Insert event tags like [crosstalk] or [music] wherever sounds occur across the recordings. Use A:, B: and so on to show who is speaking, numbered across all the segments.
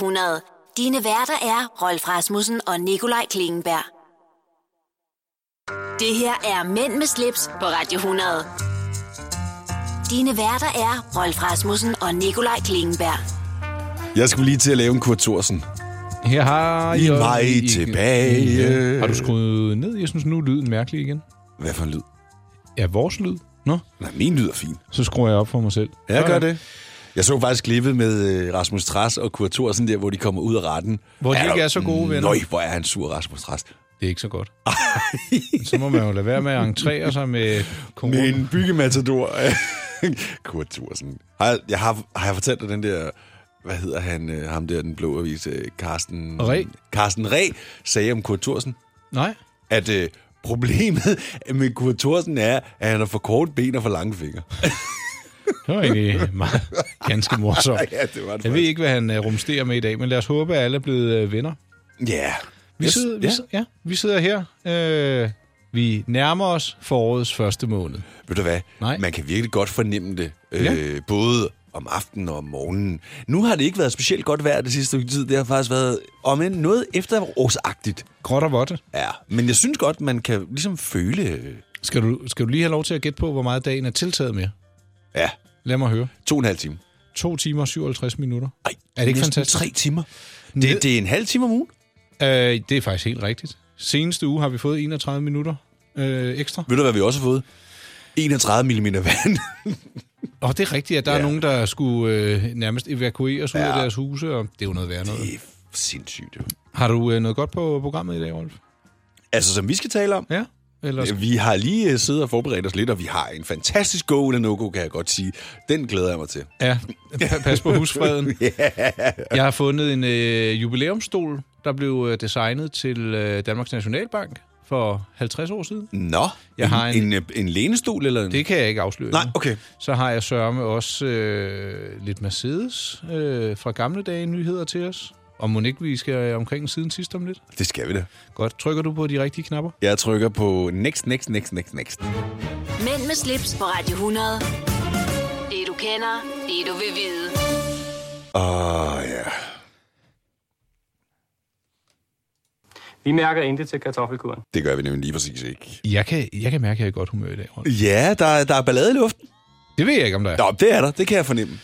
A: 100. Dine værter er Rolf Rasmussen og Nikolaj Klingenberg. Det her er Mænd med slips på Radio 100. Dine værter er Rolf Rasmussen og Nikolaj Klingenberg.
B: Jeg skulle lige til at lave en Kurt Thorsen.
C: Her har
B: I mig tilbage.
C: Har du skruet ned? Jeg synes, nu er lyden mærkelig igen.
B: Hvad for en lyd?
C: Ja, vores lyd. Nå,
B: Nej, min lyd er fin.
C: så skruer jeg op for mig selv.
B: Jeg gør
C: Sådan.
B: det. Jeg så faktisk klippet med øh, Rasmus Tras og Kurt Thorsen der, hvor de kommer ud af retten.
C: Hvor de
B: Er
C: ikke
B: du-
C: er så gode venner.
B: Nøj, hvor er han sur, Rasmus Tras.
C: Det er ikke så godt. Men så må man jo lade være med at entrere sig med corona. Men...
B: Men byggematador. [laughs] Kurt Thorsen. Har jeg, jeg har, har jeg fortalt dig den der... Hvad hedder han? øh, Ham der, den blå avis. øh, Carsten...
C: Ree.
B: Carsten Reh sagde om Kurt Thorsen,
C: Nej,
B: at øh, problemet [laughs] med Kurt Thorsen er, at han har for korte ben og for lange fingre.
C: det var egentlig meget, ganske morsomt.
B: [laughs] ja, det var det
C: Jeg ved ikke, hvad han øh, rumsterer med i dag, men lad os håbe, at alle er blevet øh, venner.
B: Ja.
C: Vi,
B: Jeg-
C: sidder, vi,
B: ja.
C: sidder, ja, vi sidder her. Øh, vi nærmer os forårets første måned.
B: Ved du hvad?
C: Nej.
B: Man kan virkelig godt fornemme det. Øh,
C: Ja.
B: Både om aftenen og om morgenen. Nu har det ikke været specielt godt vejr det sidste stykke tid. Det har faktisk været om end noget efterårsagtigt.
C: Gråt og vådt.
B: Ja. Men jeg synes godt, man kan ligesom føle... øh,
C: Skal du, skal du lige have lov til at gætte på, hvor meget dagen er tiltaget med?
B: Ja,
C: Lad mig høre.
B: to og en halv time.
C: 2 timer og 57 minutter.
B: Ej,
C: Er det ikke
B: næsten
C: fantastisk?
B: tre timer.
C: Ned-
B: Det, det er en halv time om ugen.
C: Øh, det er faktisk helt rigtigt. Seneste uge har vi fået 31 minutter øh, ekstra.
B: Ved du, hvad vi også har fået? 31 mm vand.
C: Og det er rigtigt, at der ja.
B: Ja.
C: er nogen, der skulle øh, nærmest evakueres ud ja. af deres huse, og [laughs] det er jo noget værd noget.
B: det er sindssygt. jo.
C: Har du øh, noget godt på programmet i dag, Rolf?
B: Altså, som vi skal tale om,
C: Ja? Eller skal...
B: Vi har lige øh, siddet og forberedt os lidt, og vi har en fantastisk go eller no-go, kan jeg godt sige. Den glæder jeg mig til.
C: Ja, pa- pas på [laughs] husfreden. Jeg har fundet en øh, jubilæumstol, der blev øh, designet til øh, Danmarks Nationalbank for 50 år siden.
B: Nå,
C: Jeg har en-
B: en, øh, en lænestol eller en...
C: Det kan jeg ikke afsløre.
B: Nej,
C: endnu.
B: okay.
C: Så har jeg sørme også øh, lidt Mercedes øh, fra gamle dage nyheder til os. Og må ikke vi skal omkring siden sidst om lidt?
B: Det skal vi da.
C: Godt. Trykker du på de rigtige knapper?
B: Jeg trykker på next, next, next, next, next.
A: Mænd med slips på Radio 100. Det du kender, det du vil vide.
B: Åh, oh, ja.
D: Vi mærker intet til kartoffelkuren.
B: Det gør vi nemlig lige præcis ikke.
C: Jeg kan, jeg kan mærke, at jeg er i godt humør i dag. Rolf.
B: Ja, der, er- der er ballade i luften.
C: Det ved jeg ikke, om der er.
B: Nå, det er der. Det kan jeg fornemme.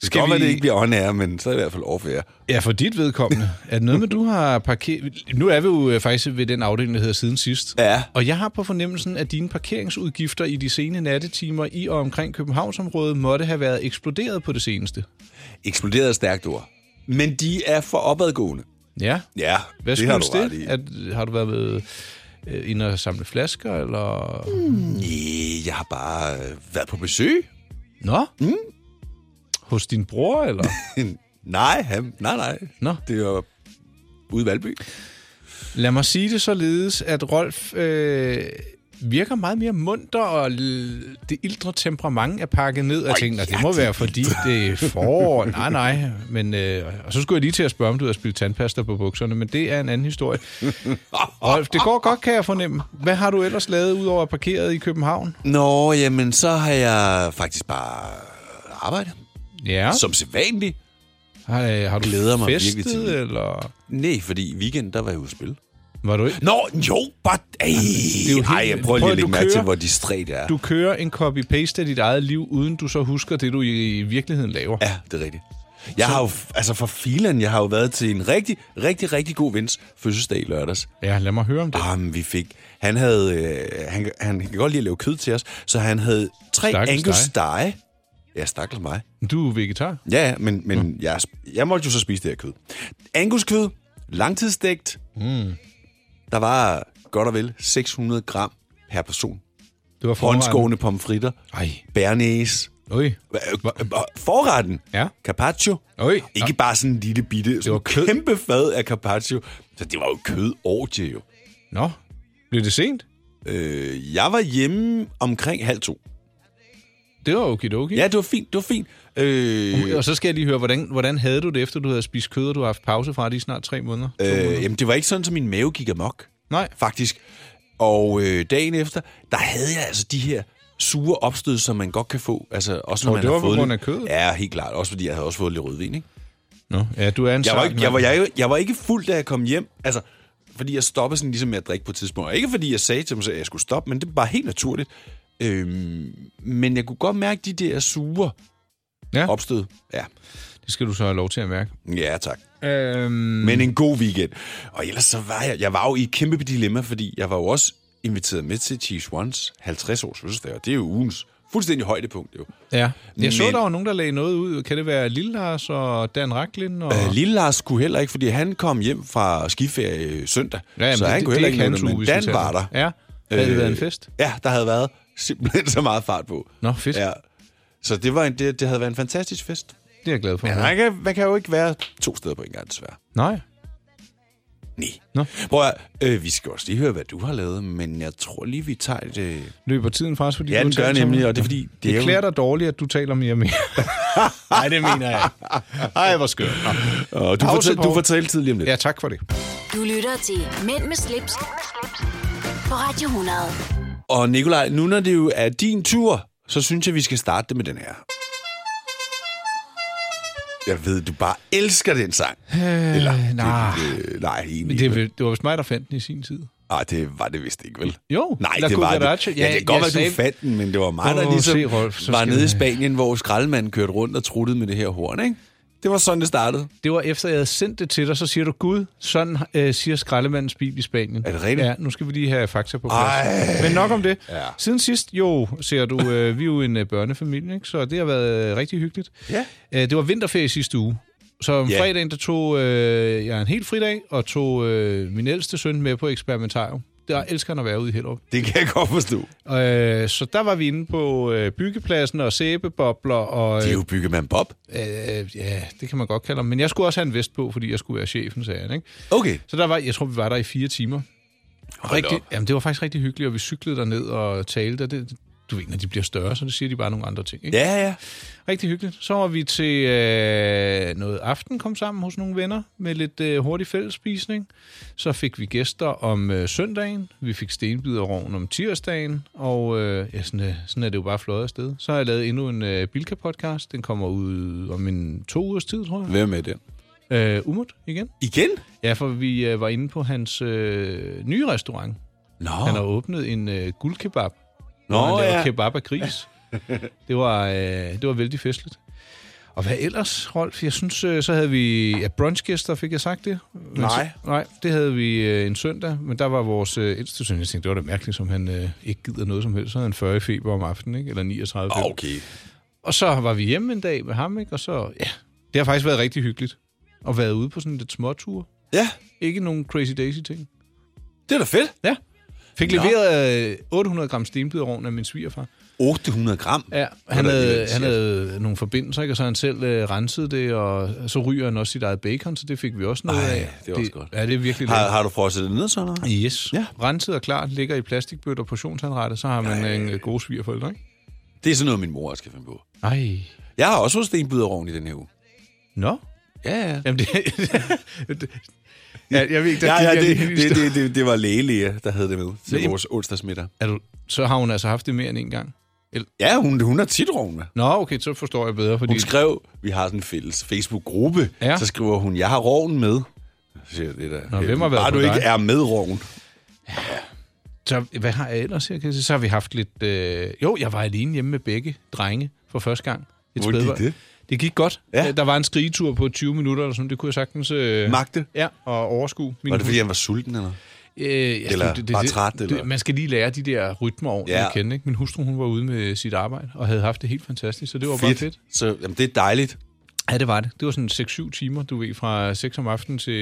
B: Det
C: Skal
B: kan godt være,
C: vi-
B: det ikke bliver on air, men så er det i hvert fald off air.
C: Ja, for dit vedkommende. Er det noget med, du har parkeret... Nu er vi jo øh, faktisk ved den afdeling, der hedder siden sidst.
B: Ja.
C: Og jeg har på fornemmelsen, at dine parkeringsudgifter i de sene nattetimer i og omkring Københavnsområdet måtte have været eksploderet på det seneste.
B: Eksploderet er et stærkt ord. Men de er for opadgående.
C: Ja.
B: Ja,
C: Hvad
B: det har du
C: skyldes
B: ret i.
C: det? At, har du været ved øh, inde og samle flasker, eller...
B: Nej, jeg har bare øh, været på besøg. [laughs]
C: Nå? Mm. Hos din bror, eller?
B: nej, han, nej, nej.
C: Nå.
B: Det var ude i Valby.
C: [laughs] Lad mig sige det således, at Rolf øh, virker meget mere munter, og l- det ildre temperament er pakket ned, og jeg tænker, "Nå, det må være, fordi det er forår. Nej, nej. [laughs] Men, øh, og så skulle jeg lige til at spørge, om du havde spillet tandpasta på bukserne, men det er en anden historie. [laughs] Rolf, det går godt, kan jeg fornemme. Hvad har du ellers lavet, udover at parkeret i København?
B: Nå, jamen, så har jeg faktisk bare arbejdet.
C: Ja,
B: Som sædvanligt.
C: har, øh, har du
B: glæder mig
C: festet,
B: virkelig til det.
C: eller
B: Nej, fordi i weekenden, der var jeg ude at spille.
C: var du ikke?
B: Nå, jo, bare... Ej, det
C: er
B: er
C: jo
B: jo ej,
C: helt-
B: jeg prøver lige at
C: prøv, du
B: lægge mærke til,
C: kører.
B: hvor distræt jeg er.
C: Du kører en copy-paste af dit eget liv, uden du så husker det, du i, i virkeligheden laver.
B: Ja, det er rigtigt. Jeg har jo, f- altså for filen, jeg har jo været til en rigtig, rigtig, rigtig god vens fødselsdag i lørdags.
C: Ja, lad mig høre om det.
B: Jamen, vi fik... Han havde... Øh, han, han kan godt lide at lave kød til os, så han havde tre
C: Stakkels
B: Angus
C: dig.
B: stege. Ja, stakkels mig.
C: Du er vegetar.
B: Ja, ja, men, men mm. jeg, jeg måtte jo så spise det her kød. Angus kød, langtidsstegt. Mm. Der var godt og vel 600 gram per person.
C: Det var forretten.
B: Håndskående pomfritter,
C: Ej,
B: bernæs,
C: øj,
B: forretten,
C: Ja.
B: carpaccio.
C: øj.
B: Ikke bare sådan en lille bitte, sådan
C: var
B: det
C: kød.
B: var kæmpe fad af carpaccio. Så det var jo kød jo.
C: Nå, blev det sent?
B: Øh, jeg var hjemme omkring halv to.
C: Det var okay, okay.
B: Ja, det var fint, det var fint. Øh,
C: Og så skal jeg lige høre, hvordan, hvordan havde du det, efter du havde spist kød, og du har haft pause fra det i snart tre måneder?
B: øh, jamen, det var ikke sådan, at min mave gik amok.
C: Nej.
B: faktisk. Og øh, dagen efter, der havde jeg altså de her sure opstød, som man godt kan få. Altså, også når
C: Og
B: man
C: det
B: har
C: var på
B: fået
C: grund
B: lidt-
C: af kødet?
B: Ja, helt klart. Også fordi jeg havde også fået lidt rødvin, ikke?
C: Nå, ja, du er en
B: Jeg var,
C: sart
B: ikke, jeg, var,
C: mand.
B: jeg, jeg var ikke fuld, da jeg kom hjem. Altså, fordi jeg stoppede sådan ligesom med at drikke på et tidspunkt. Og ikke fordi jeg sagde til mig selv, at jeg skulle stoppe, men det var helt naturligt. Øhm, men jeg kunne godt mærke de der sure
C: Ja.
B: ja. opstød. Ja.
C: Det skal du så have lov til at mærke.
B: ja, tak.
C: Øhm,
B: Men en god weekend. Og ellers så var jeg, jeg var jo i et kæmpe dilemma, fordi jeg var jo også inviteret med til Cheese Ones 50 års fødselsdag, og det er jo ugens fuldstændig højdepunkt. Jo.
C: ja. Jeg så,
B: Men-
C: der var nogen, der lagde noget ud. Kan det være Lille Lars og Dan Raklin? Og...
B: Øh, Lille Lars kunne heller ikke, fordi han kom hjem fra skiferie øh, søndag,
C: jamen,
B: så han kunne
C: er
B: heller ikke med,
C: hans
B: det,
C: uge,
B: men
C: hvis vi
B: Dan
C: tager
B: var der.
C: den. Ja. Havde det
B: Øh,
C: været en fest?
B: Ja, der havde været simpelthen så meget fart på.
C: Nå, fedt.
B: Ja. Så det, var en, det, det havde været en fantastisk fest.
C: Det er jeg glad for.
B: Men man kan, man kan jo ikke være to steder på en gang, desværre.
C: Nej.
B: Nej.
C: Nå.
B: Prøv at, høre, øh, vi skal også lige høre, hvad du har lavet, men jeg tror lige, vi tager et... Øh...
C: Løber tiden fra os, fordi
B: Ja,
C: du
B: den gør
C: taler så
B: nemlig,
C: meget?
B: og det er fordi, det
C: Det,
B: er jo-
C: det klæder dig dårligt, at du taler mere og mere.
B: [laughs]
C: [laughs] Nej, det mener jeg ikke. Ej, hvor skørt. Nå.
B: Og du,
C: Pause,
B: fortæl, du
C: Poul.
B: fortæller tidligere om lidt.
C: Ja, tak for det.
A: Du lytter til Mænd med slips, på Radio 100.
B: Og Nikolaj, nu når det jo er din tur, så synes jeg, vi skal starte det med den her. Jeg ved, du bare elsker den sang. Øh, Eller,
C: nej.
B: Det, det, nej, egentlig.
C: Men det, er
B: Det,
C: vel- det var vist mig, der fandt den i sin tid.
B: Ej, det var det vist ikke, vel?
C: Jo,
B: Nej,
C: La
B: det var det.
C: Cucaracha.
B: Ja, det kan godt
C: jeg
B: være,
C: sagde-
B: du fandt den, men det var mig, der
C: Åh,
B: ligesom
C: se, Rolf, så
B: var
C: skal
B: nede i
C: vi-
B: Spanien, hvor skraldemanden kørte rundt og truttede med det her horn, ikke? Det var sådan, det startede.
C: Det var efter, jeg havde sendt det til dig, så siger du, Gud, sådan øh, siger skraldemandens bil i Spanien.
B: Er det rigtigt?
C: Ja, nu skal vi lige have fakta på plads.
B: Ej.
C: Men nok om det.
B: Ja.
C: Siden sidst, jo, ser du, øh, vi er jo en øh, børnefamilie, ikke? så det har været øh, rigtig hyggeligt.
B: Ja.
C: Øh, det var vinterferie sidste uge. Så om
B: Ja.
C: yeah. fredagen, der tog øh, jeg en helt fridag, og tog øh, min ældste søn med på eksperimentarium. Der elsker han at være ude i Hellerup.
B: Det kan jeg godt forstå.
C: Øh, så der var vi inde på øh, byggepladsen og sæbebobler. Og,
B: Det er jo byggemand Bob.
C: øh, ja, det kan man godt kalde ham. Men jeg skulle også have en vest på, fordi jeg skulle være chefen, sagde han. Ikke?
B: Okay.
C: Så der var, jeg tror, vi var der i fire timer.
B: Hold
C: rigtig,
B: op.
C: jamen, det var faktisk rigtig hyggeligt, og vi cyklede derned og talte. Og det, du ved, når de bliver større, så siger de bare nogle andre ting. Ikke?
B: Ja, ja.
C: Rigtig hyggeligt. Så var vi til øh, noget aften, kom sammen hos nogle venner med lidt øh, hurtig fællesspisning. Så fik vi gæster om øh, søndagen, vi fik stenbiderovn om tirsdagen, og øh, ja, sådan, øh, sådan er det jo bare fløjet afsted. Så har jeg lavet endnu en øh, Bilka-podcast, den kommer ud om en to ugers tid, tror jeg.
B: Hvem er den?
C: Øh, Umut igen.
B: Igen?
C: Ja, for vi øh, var inde på hans øh, nye restaurant.
B: Nå,
C: Han har åbnet en øh, guldkebab.
B: Nå,
C: Nå, han laver
B: ja.
C: kebab af
B: [laughs]
C: gris. det, var, øh, det var vældig festligt. Og hvad ellers, Rolf? Jeg synes, øh, så havde vi ja, brunchgæster, fik jeg sagt det? Men
B: Nej.
C: Så, nej, det havde vi øh, en søndag, men der var vores øh, ældste søn. Jeg tænkte, det var da mærkeligt, som han øh, ikke gider noget som helst. Så havde han 40 i feber om aftenen, ikke? eller 39 feber.
B: okay.
C: Og så var vi hjemme en dag med ham, ikke? og så, ja, det har faktisk været rigtig hyggeligt. Og været ude på sådan lidt småtur.
B: Ja,
C: Ikke nogen crazy daisy ting.
B: det er da fedt.
C: Ja. Fik
B: Nå.
C: leveret øh, 800 gram stenbiderovn af min svigerfar.
B: 800 gram.
C: Ja,
B: er
C: han
B: da
C: havde,
B: alligevel
C: han
B: sjovt.
C: havde nogle forbindelser, ikke? og så han selv øh, rensede det, og så ryger han også sit eget bacon, så det fik vi også noget
B: Ej,
C: af.
B: det er også godt.
C: Ja, det er virkelig
B: Har,
C: lækkert.
B: har du frosset det ned sådan noget?
C: Yes.
B: Ja.
C: Ja. Renset og klart, ligger i plastikbøtter, portionsanrettet, så har man
B: Ej.
C: Ej. en øh, god svigerforældre, ikke?
B: Det er sådan noget, min mor også kan finde på.
C: Ej.
B: Jeg har også fået stenbiderovn i den her uge.
C: Nå.
B: Ja, ja.
C: Jamen det... det ja, jeg ved ikke, der
B: [laughs] Ja, ja,
C: gik jeg
B: det,
C: lige-
B: det, det, det, det var lægelæge, der havde det med til
C: Men-
B: vores onsdagsmiddag.
C: Er du, så har hun altså haft det mere end en gang.
B: Ja, hun, hun har tit rovn med.
C: Nå, okay, så forstår jeg bedre, fordi...
B: Hun skrev, vi har sådan en fælles Facebook-gruppe, ja.
C: Ja.
B: så skriver hun, jeg har roven med. Så siger jeg, det der.
C: Nå, hvem har været
B: Bare
C: på
B: du
C: dig?
B: ikke er med roven.
C: Så hvad har jeg ellers her? Kan jeg sige? Så har vi haft lidt... Øh... Jo, jeg var alene hjemme med begge drenge for første gang. Et
B: Hvordan gik
C: spædbarn.
B: det?
C: Det gik godt.
B: Ja.
C: Ja. Der var en skrigetur på 20 minutter, eller sådan. det kunne jeg sagtens... Øh...
B: Magte.
C: Ja, og overskue. Min
B: Var det, fordi han var sulten eller
C: Øh, jeg
B: Eller
C: tror,
B: var træt, eller?
C: Det, man skal lige lære de der rytmer ordentligt
B: Ja.
C: ja. at kende. Ikke? Min hustru hun var ude med sit arbejde, og havde haft det helt fantastisk, så det var bare fedt.
B: Så, jamen, det er dejligt.
C: Ja, det var det. Det var sådan 6-7 timer, du ved, fra 6 om aftenen til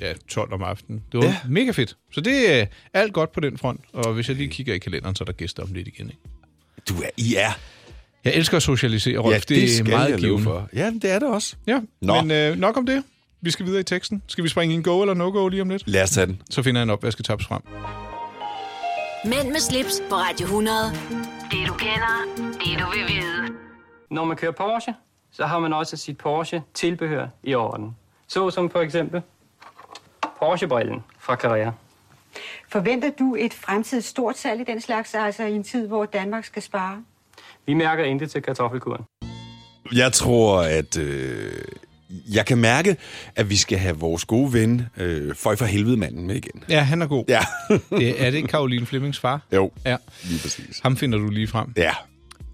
C: ja, 12 om aftenen. Det var
B: Ja.
C: ja. mega fedt. Så det er alt godt på den front. Og hvis jeg lige kigger i kalenderen, så er der gæster om lidt igen. Ikke?
B: Du er, I er.
C: Jeg elsker at socialisere, Rolf. det er meget givende.
B: for. Ja, det er det også.
C: Ja,
B: Nå.
C: Nå. men øh, nok om det. Vi skal videre i teksten. Skal vi springe en go eller no-go lige om lidt?
B: Lad os tage den.
C: Så finder jeg en opvasketaps frem.
A: Mænd med slips på Radio 100. Det du kender, det du vil vide.
D: Når man kører Porsche, så har man også sit Porsche-tilbehør i orden. Så som for eksempel Porsche-brillen fra Carrera.
E: Forventer du et fremtidigt stort salg i den slags, altså i en tid, hvor Danmark skal spare?
D: Vi mærker intet til kartoffelkuren.
B: Jeg tror, at øh, jeg kan mærke, at vi skal have vores gode ven, øh, Føj for helvede manden, med igen.
C: Ja, han er god.
B: Ja,
C: Det, er det ikke Karoline Flemmings far?
B: [laughs] jo,
C: Ja.
B: lige præcis.
C: Ham finder du lige frem.
B: Ja,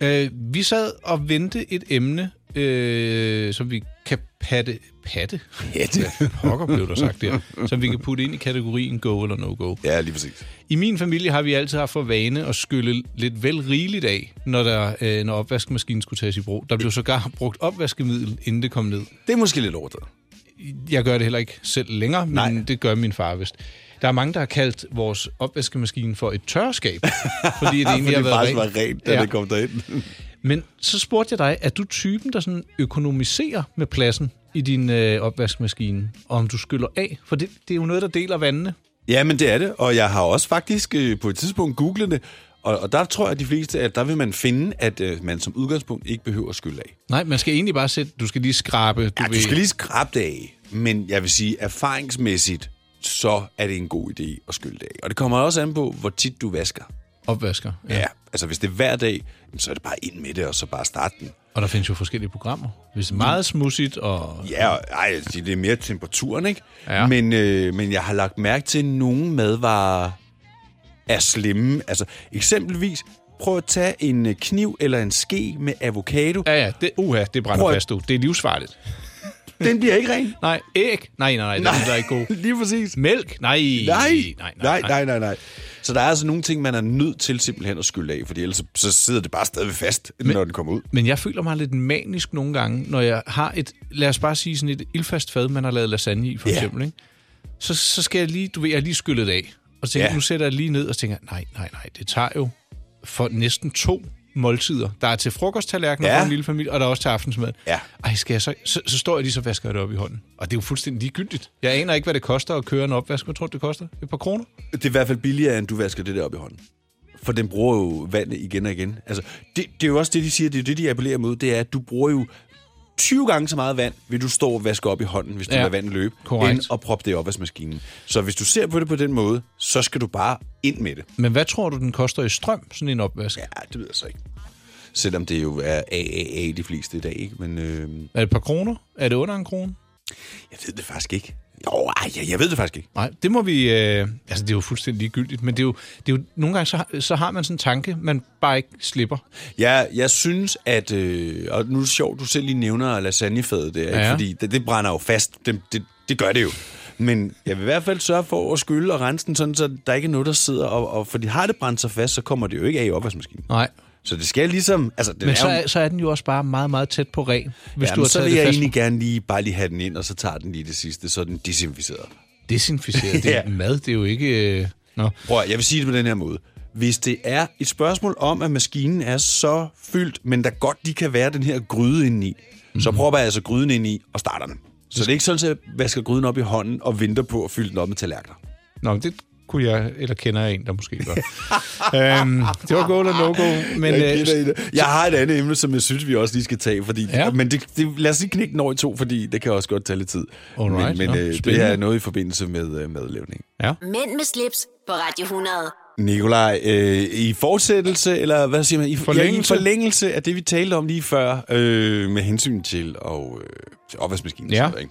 C: Øh, vi sad og vendte et emne, øh, som vi kan patte... Patte?
B: Patte.
C: Pokker blev der sagt der. Som vi kan putte ind i kategorien go eller no-go.
B: ja lige præcis.
C: I min familie har vi altid haft for vane at skylle lidt vel rigeligt af, når, der, øh, når opvaskemaskinen skulle tages i brug. Der blev sågar [laughs] brugt opvaskemiddel, inden det kom ned.
B: Det er måske lidt overdrevet.
C: Jeg gør det heller ikke selv længere, men Nej. det gør min far vist. Der er mange, der har kaldt vores opvaskemaskine for et tørskab,
B: [laughs]
C: fordi det egentlig har
B: det
C: været
B: faktisk
C: rent.
B: var rent, da ja. det kom derind.
C: Men så spurgte jeg dig, er du typen, der sådan økonomiserer med pladsen i din øh, opvaskemaskine, og om du skyller af? For det, det er jo noget, der deler vandene.
B: Ja, men det er det, og jeg har også faktisk øh, på et tidspunkt googlet det, og, og der tror jeg, at de fleste, at der vil man finde, at øh, man som udgangspunkt ikke behøver at skylde af.
C: Nej, man skal egentlig bare sætte, du skal lige skrabe. Du,
B: Ja, du skal lige skrabe det af, men jeg vil sige, erfaringsmæssigt, så er det en god idé at skylde det af. Og det kommer også an på, hvor tit du vasker.
C: opvasker.
B: Ja. ja. Altså, hvis det er hver dag, jamen, så er det bare ind med det, og så bare starte den.
C: Og der findes jo forskellige programmer. Hvis det er meget smudsigt og...
B: Ja, og- ej, jeg vil sige, det er mere temperaturen, ikke?
C: Ja.
B: Men, øh, men jeg har lagt mærke til, at nogle madvarer er slemme. Altså, eksempelvis, prøv at tage en øh, kniv eller en ske med avocado.
C: Ja, ja, det, uha, det brænder
B: Prøv at-
C: fast, du. Det er livsfarligt.
B: Den bliver ikke ren.
C: Nej, æg? Nej, nej, nej, nej. det
B: [laughs]
C: er ikke god.
B: Lige præcis.
C: Mælk? Nej.
B: Nej.
C: nej, nej.
B: nej, nej, nej, nej. Så der er altså nogle ting, man er nødt til simpelthen at skylde af, fordi ellers så- så sidder det bare stadigvæk fast, men, når den kommer ud.
C: Men jeg føler mig lidt manisk nogle gange, når jeg har et, lad os bare sige sådan et ildfast fad, man har lavet lasagne i, for
B: Ja.
C: eksempel. Ikke? Så, så skal jeg lige, du ved, jeg har lige skyllet det af. Og tænker,
B: Ja.
C: nu sætter jeg lige ned og tænker, nej, nej, nej, det tager jo for næsten to måltider. Der er til frokosttallerkener
B: Ja.
C: ja. for en lille familie, og der er også til aftensmad.
B: Ja.
C: Ej, skal jeg så, så, så står jeg lige så vasker jeg det op i hånden. Og det er jo fuldstændig ligegyldigt. Jeg aner ikke, hvad det koster at køre en opvask. Hvad tror du, det koster? Et par kroner?
B: Det er i hvert fald billigere, end du vasker det der op i hånden. For den bruger jo vandet igen og igen. Altså, det, det er jo også det, de siger, det er det, de appellerer mod, det er, at du bruger jo 20 gange så meget vand, vil du stå og vaske op i hånden, hvis du ja.
C: Ja.
B: lader vandet løbe,
C: Korrekt.
B: end at proppe det i opvaskemaskinen. Så hvis du ser på det på den måde, så skal du bare ind med det.
C: Men hvad tror du, den koster i strøm, sådan en opvask? Ja.
B: Ja, det ved jeg så ikke. Selvom det jo er AAA de fleste i dag, ikke? Men øh,
C: Er det et par kroner? Er det under en krone?
B: jeg ved det faktisk ikke. Jo, ej, jeg, jeg ved det faktisk ikke.
C: Nej, det må vi... Øh, altså, det er jo fuldstændig ligegyldigt, men det er jo... Det er jo nogle gange, så, har- så har man sådan en tanke, man bare ikke slipper.
B: Jeg, jeg synes, at... Øh, og nu er det sjovt, du selv lige nævner lasagnefadet der, ikke?
C: Ja.
B: fordi det, det brænder jo fast. Det, det, det gør det jo. Men jeg vil i hvert fald sørge for at skylle og rense den, sådan, så der ikke er noget, der sidder. Og, og fordi har det brændt sig fast, så kommer det jo ikke af i opvaskemaskinen.
C: Nej.
B: Så det skal ligesom... Altså, den
C: Men
B: er
C: så
B: jo-
C: er, så er den jo også bare meget, meget tæt på ren, hvis
B: Jamen,
C: du har
B: så
C: taget
B: vil
C: det
B: jeg
C: fast.
B: egentlig gerne lige bare lige have den ind, og så tager den lige det sidste, så er den desinficeret.
C: Desinficeret. Det er
B: [laughs] Ja.
C: mad, det er jo ikke... Øh, nå.
B: Prøv at, jeg vil sige det på den her måde. Hvis det er et spørgsmål om, at maskinen er så fyldt, men der godt lige kan være den her gryde indeni, mm. så propper jeg altså gryden ind i og starter den. Så det er ikke sådan, at jeg vasker gryden op i hånden og venter på at fylde den op med tallerkener.
C: Nå, men det kunne jeg, eller kender jeg en, der
B: [laughs]
C: måske gør. øhm, det var go eller no-go, men øh,
B: Jeg har et andet emne, som jeg synes, vi også lige skal tage, fordi, ja.
C: Ja.
B: men det, det, lad os lige knække den over i to, fordi det kan også godt tage lidt tid.
C: Alright,
B: men
C: nå,
B: men øh, det her
C: spændende.
B: er noget i forbindelse med øh, madlavning.
A: Mænd med slips på Radio 100.
B: Nikolaj, øh, i fortsættelse, eller hvad siger man? I
C: Forlængelse.
B: Ja, i forlængelse af det, vi talte om lige før, øh, med hensyn til, og, øh, til opvaskemaskinen. og
C: Ja.
B: sådan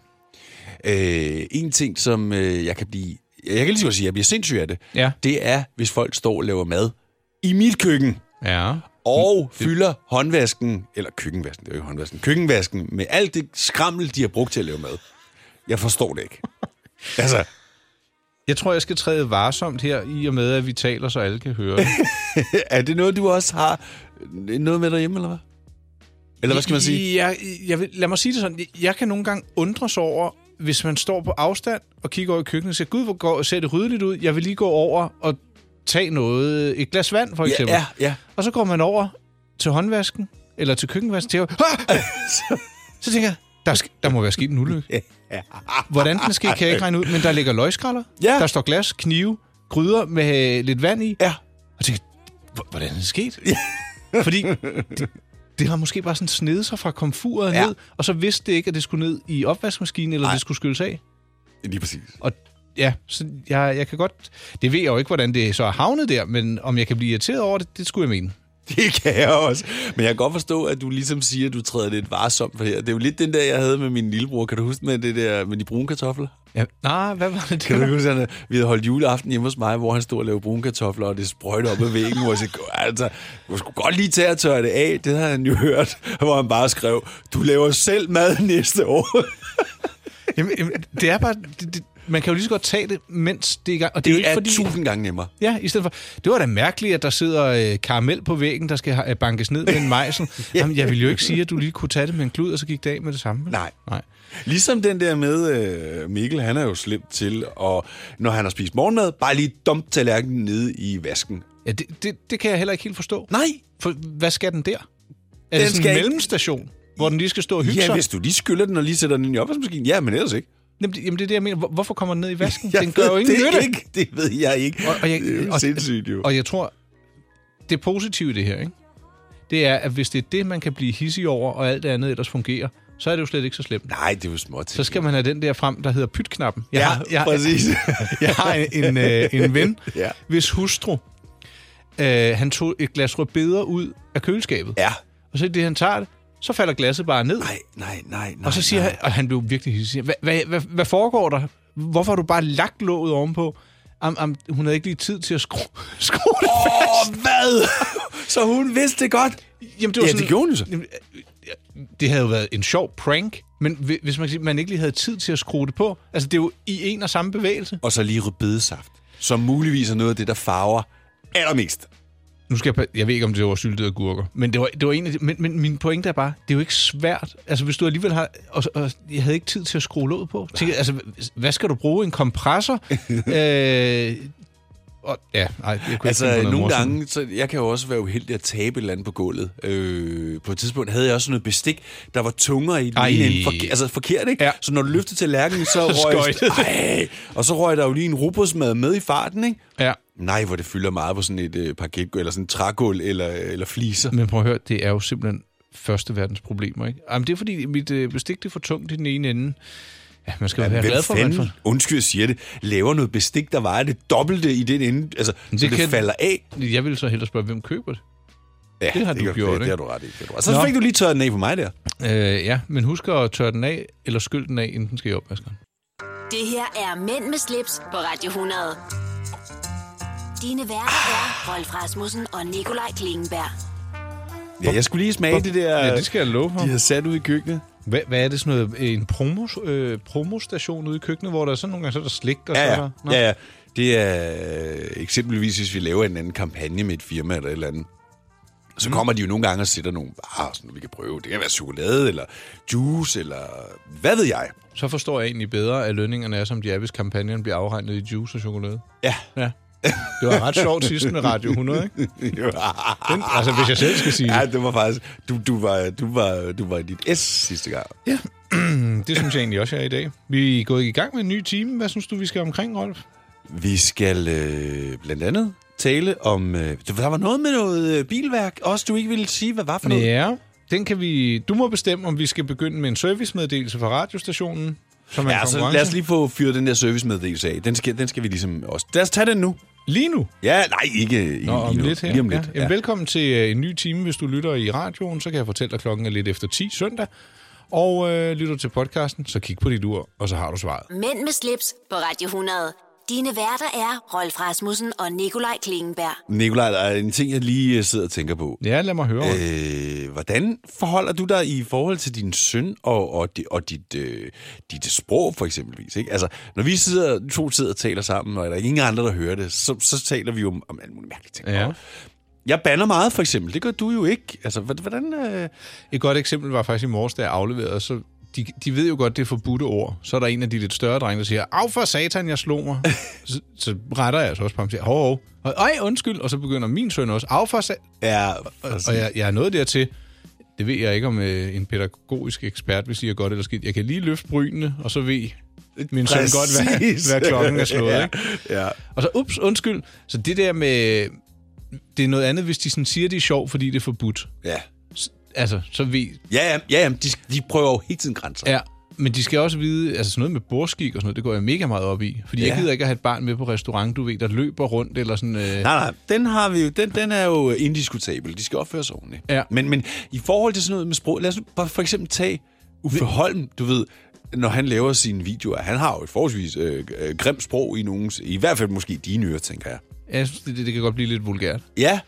B: noget, ikke? Øh, en ting, som øh, jeg kan blive... Jeg kan lige så godt sige, at jeg bliver sindssyg af det.
C: Ja.
B: Det er, hvis folk står og laver mad i mit køkken,
C: ja.
B: og
C: Mm.
B: det. fylder håndvasken, eller køkkenvasken, det er jo ikke håndvasken, køkkenvasken, med alt det skrammel, de har brugt til at lave mad. Jeg forstår det ikke. altså,
C: Jeg tror, jeg skal træde varsomt her, i og med, at vi taler, så alle kan høre det.
B: Er det noget, du også har øh, noget med derhjemme, eller hvad? Eller hvad skal man sige?
C: Jeg, jeg vil, lad mig sige det sådan. Jeg- Jeg kan nogle gange undres over, hvis man står på afstand og kigger over i køkkenet og siger, gud, hvor går, ser det ryddeligt ud. Jeg vil lige gå over og tage noget, et glas vand for eksempel.
B: Ja, ja.
C: Og så går man over til håndvasken, eller til køkkenvasken, til ah! Så tænker jeg, der, skal, der må være sket en ulykke. Hvordan den sker, kan jeg ikke regne ud. Men der ligger løgskralder,
B: Ja.
C: der står glas, knive, gryder med øh, lidt vand i.
B: Ja.
C: Og tænker, "Hvor- hvordan er det sket? [laughs] Fordi det, det har måske bare sådan snedet sig fra komfuret
B: Ja.
C: ja. ned, og så vidste det ikke, at det skulle ned i opvaskemaskinen, eller
B: Nej.
C: Nej. det skulle skylles af.
B: Lige præcis.
C: Og ja, så jeg, jeg kan godt... Det ved jeg jo ikke, hvordan det så er havnet der, men om jeg kan blive irriteret over det, det skulle jeg mene.
B: [laughs] Det kan jeg også. Men jeg kan godt forstå, at du ligesom siger, at du træder lidt varsomt for her. Det er jo lidt den der, jeg havde med min lillebror. Kan du huske med det der med de brune kartofler?
C: Ja, nej, hvad var det?
B: Kan du ikke huske, at vi havde holdt juleaften hjemme hos mig, hvor han stod og lavede brune kartofler, og det sprøjte op ad væggen, hvor jeg sagde, altså, du skulle godt lige tage at tørre det af. Det havde han jo hørt, hvor han bare skrev, du laver selv mad næste år.
C: Jamen, jamen, det er bare... Det, det, man kan jo lige så godt tage det, mens det er i gang. Og det, er jo
B: Det
C: ikke
B: er
C: fordi...
B: tusind gange nemmere.
C: Ja, i stedet for... Det var da mærkeligt, at der sidder øh, karamel på væggen, der skal øh, bankes ned med
B: [laughs]
C: en mejsel. Jamen, jeg ville jo ikke sige, at du lige kunne tage det med en klud, og så gik det af med det samme. vel?
B: Nej.
C: Nej.
B: Ligesom den der med øh, Mikkel, han er jo slemt til, og når han har spist morgenmad, bare lige dump tallerkenen nede i vasken.
C: Ja, det, det, det kan jeg heller ikke helt forstå.
B: Nej,
C: For hvad skal den der? Er den
B: Den
C: det sådan
B: skal
C: en
B: ikke-
C: mellemstation, hvor den lige skal stå og hygge
B: ja,
C: sig?
B: hvis du lige skyller den og lige sætter den ind i opvaskemaskinen, ja, men [laughs] ellers ikke.
C: Jamen, det, jamen, det er det, jeg mener. Hvor- Hvorfor kommer den ned i vasken?
B: Jeg
C: den gør
B: ved
C: jo ingen
B: det
C: nytte.
B: Ikke. Det ved jeg ikke.
C: Og, og, jeg,
B: det er jo
C: og,
B: sindssygt jo.
C: og jeg tror, det positive i det her, ikke? det er, at hvis det er det, man kan blive hissig over, og alt det andet ellers fungerer, så er det jo slet ikke så slemt.
B: Nej, det er jo småt.
C: Så skal man have den der frem, der hedder pytknappen. Jeg,
B: Ja,
C: har- jeg,
B: [laughs] præcis.
C: jeg har en, en, øh, en ven,
B: [laughs] Ja.
C: hvis hustru, øh, han tog et glas rødbeder ud af køleskabet.
B: Ja.
C: Og så i det, han tager det, så falder glasset bare ned.
B: Nej, nej, nej, nej.
C: Og så siger
B: nej.
C: han, og han blev virkelig hissig, hvad, hvad, hvad, hvad foregår der? Hvorfor har du bare lagt låget ovenpå? Am, am, hun havde ikke lige tid til at [laughs] skrue, skrue det
B: Åh, hvad? [laughs] så hun vidste det godt.
C: Jamen,
B: Ja, det gjorde hun jo så.
C: Jamen, øh, det havde jo været en sjov prank, men hvi- hvis man, kan sige, man ikke lige havde tid til at skrue det på, altså det er jo i en og samme bevægelse.
B: Og så lige rødbedesaft, som muligvis er noget af det, der farver allermest.
C: Nu skal jeg, pa- jeg ved ikke, om det var syltede agurker, men det var, det var en af de, men, men min pointe er bare, det er jo ikke svært. Altså hvis du alligevel har, og, og jeg havde ikke tid til at skrue låget på. Tænker, altså, hvad skal du bruge? En
B: [laughs]
C: kompressor? øh, og, ja, nej, jeg kunne ikke finde på
B: Altså,
C: noget
B: nogle
C: morsomt.
B: gange, så jeg kan jo også være uheldig at tabe et eller andet på gulvet. Øh, på et tidspunkt havde jeg også sådan noget bestik, der var tungere i den
C: Ej.
B: ene ende. Forke- altså forkert, ikke?
C: Ja.
B: Så når du løftede til lærken,
C: [laughs]
B: så røg
C: Skøjtede det.
B: Ej, Og så røg der jo lige en rugbrødsmad med i farten, ikke?
C: Ja,
B: Nej, hvor det fylder meget på sådan et øh, parket, eller sådan et trægulv, eller, eller fliser.
C: Men prøv at høre, det er jo simpelthen første verdens problemer, ikke? Jamen, det er fordi, mit øh, bestik det er for tungt i den ene ende. Ja, man skal jo være
B: Hvem
C: glad for, at man får...
B: fanden, undskyld, jeg siger det, laver noget bestik, der vejer det dobbelte i den ende, altså, det så det
C: kan-
B: falder af.
C: Jeg vil så hellere spørge, hvem køber det?
B: Ja,
C: det har du
B: kan-
C: gjort,
B: det, det
C: ikke?
B: har du ret i. Det har du ret. Så
C: Nå.
B: fik du lige tørret den af på mig der.
C: Øh, ja, men husk at tørre den af, eller skyld den af, inden den skal i opvaskeren.
A: Det her er Mænd med slips på Radio 100. Dine værter er Rolf Rasmussen og Nikolaj Klingenberg.
B: Ja, jeg skulle lige smage det der,
C: Ja, det skal jeg love for.
B: de har sat ud i køkkenet.
C: Hvad, hvad er det sådan noget, en promos, øh, promostation ude i køkkenet, hvor der er sådan nogle gange så er der slik og så er
B: Ja,
C: der...
B: ja. ja, ja. Det er øh, eksempelvis, hvis vi laver en anden kampagne med et firma eller et eller andet. Så kommer de jo nogle gange og sætter nogle varer, sådan, vi kan prøve. Det kan være chokolade, eller juice, eller hvad ved jeg.
C: Så forstår jeg egentlig bedre, at lønningerne er, som de er, hvis kampagnen bliver afregnet i juice og chokolade.
B: Ja. [laughs]
C: Ja. Det var ret sjovt sidst med Radio 100, ikke? Den, altså, hvis jeg selv skal sige
B: [laughs] ja,
C: det.
B: det var faktisk... Du, du, var, du, var, du var i dit S sidste gang.
C: Mm, Det synes jeg egentlig også, jeg er i dag. Vi er gået i gang med en ny time. Hvad synes du, vi skal omkring, Rolf?
B: Vi skal øh, blandt andet tale om... Øh, der var noget med noget øh, bilværk, også du ikke ville sige, hvad var for noget.
C: Ja, den kan vi... Du må bestemme, om vi skal begynde med en servicemeddelelse fra radiostationen, som er ja,
B: Ja,
C: en
B: så
C: konkurrence.
B: lad os lige få fyret den der servicemeddelelse af. Den skal, den skal vi ligesom også... Lad os tage den nu.
C: lige nu.
B: Ja, nej, ikke, ikke
C: Nå, om
B: lige nu.
C: lidt her.
B: Lige om lidt.
C: Ja. Jamen, velkommen til øh, en ny time, hvis du lytter i radioen. Så kan jeg fortælle dig, at klokken er lidt efter 10 søndag. Og øh, lytter du til podcasten, så kig på dit ur, og så har du svaret.
A: Mænd med slips på Radio 100. Dine værter er Rolf Rasmussen og Nikolaj Klingenberg.
B: Nikolaj, der er en ting, jeg lige øh, sidder og tænker på.
C: Ja, lad mig høre. Øh.
B: Øh, hvordan forholder du dig i forhold til din søn og, og, di, og dit, øh, dit sprog, for eksempelvis? Ikke? Altså, når vi sidder, to sidder og taler sammen, og der er ingen andre, der hører det, så, så taler vi jo om, om alle mulige mærkelige ting.
C: Ja.
B: Jeg banner meget, for eksempel. Det gør du jo ikke. Altså, hv- hvordan... Øh...
C: Et godt eksempel var faktisk i morges, da jeg afleverede, så de, de ved jo godt, det er forbudte ord. Så er der en af de lidt større drenge, der siger, af for satan, jeg slog mig. så, så retter jeg så også på ham og siger, hov, hov. Og, Ej, undskyld. Og så begynder min søn også, af for satan.
B: Ja,
C: Og jeg, jeg er nået dertil, det ved jeg ikke, om øh, en pædagogisk ekspert vil sige er godt eller skidt. Jeg kan lige løfte brynene, og så ved min søn godt,
B: Præcis. [laughs]
C: hvad, hvad klokken er slået.
B: ja,
C: ikke?
B: ja.
C: Og så, ups, undskyld. Så det der med, det er noget andet, hvis de sådan siger, det er sjovt, fordi det er forbudt.
B: Ja.
C: Altså, så ved
B: Ja, ja, ja, ja de, de prøver jo hele tiden grænser.
C: Ja, Men de skal også vide, altså sådan noget med borskik og sådan noget, det går jeg mega meget op i. Fordi ja. jeg
B: Ja.
C: gider ikke at have et barn med på restaurant, du ved, der løber rundt eller sådan... Øh,
B: Nej, nej, den, har vi jo, den, den er jo indiskutabel. De skal opføre sig ordentligt.
C: Ja.
B: Men, men i forhold til sådan noget med sprog, lad os nu bare for eksempel tage Uffe Holm, du ved, når han laver sine videoer. Han har jo et forholdsvis øh, øh, grimt sprog i nogens, i hvert fald måske dine ører, tænker jeg.
C: Jeg synes, det, det, det kan godt blive lidt vulgært.
B: Ja,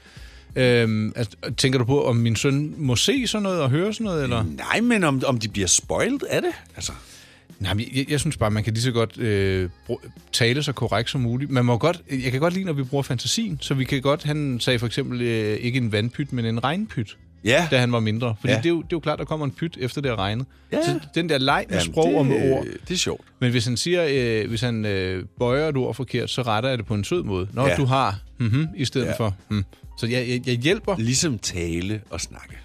C: Øhm, altså, tænker du på, om min søn må se sådan noget og høre sådan noget? Eller?
B: nej, men om, om de bliver spoilt af det? Altså,
C: Nej, men jeg, jeg synes bare, man kan lige så godt øh, bru- tale så korrekt som muligt. Man må godt, jeg kan godt lide, når vi bruger fantasien, så vi kan godt, han sagde for eksempel øh, ikke en vandpyt, men en regnpyt,
B: ja.
C: da han var mindre. Fordi ja.
B: Ja.
C: det, er jo, det er jo klart, der kommer en pyt efter det har regnet.
B: Ja.
C: Så den der leg med
B: Jamen,
C: sprog og med ord.
B: Det er sjovt.
C: Men hvis han siger, øh, hvis han øh, bøjer et ord forkert, så retter jeg det på en sød måde. Nå, ja.
B: Ja.
C: du har mm-hmm, i stedet ja. for mm. Så jeg, jeg, jeg hjælper.
B: Ligesom tale og snakke.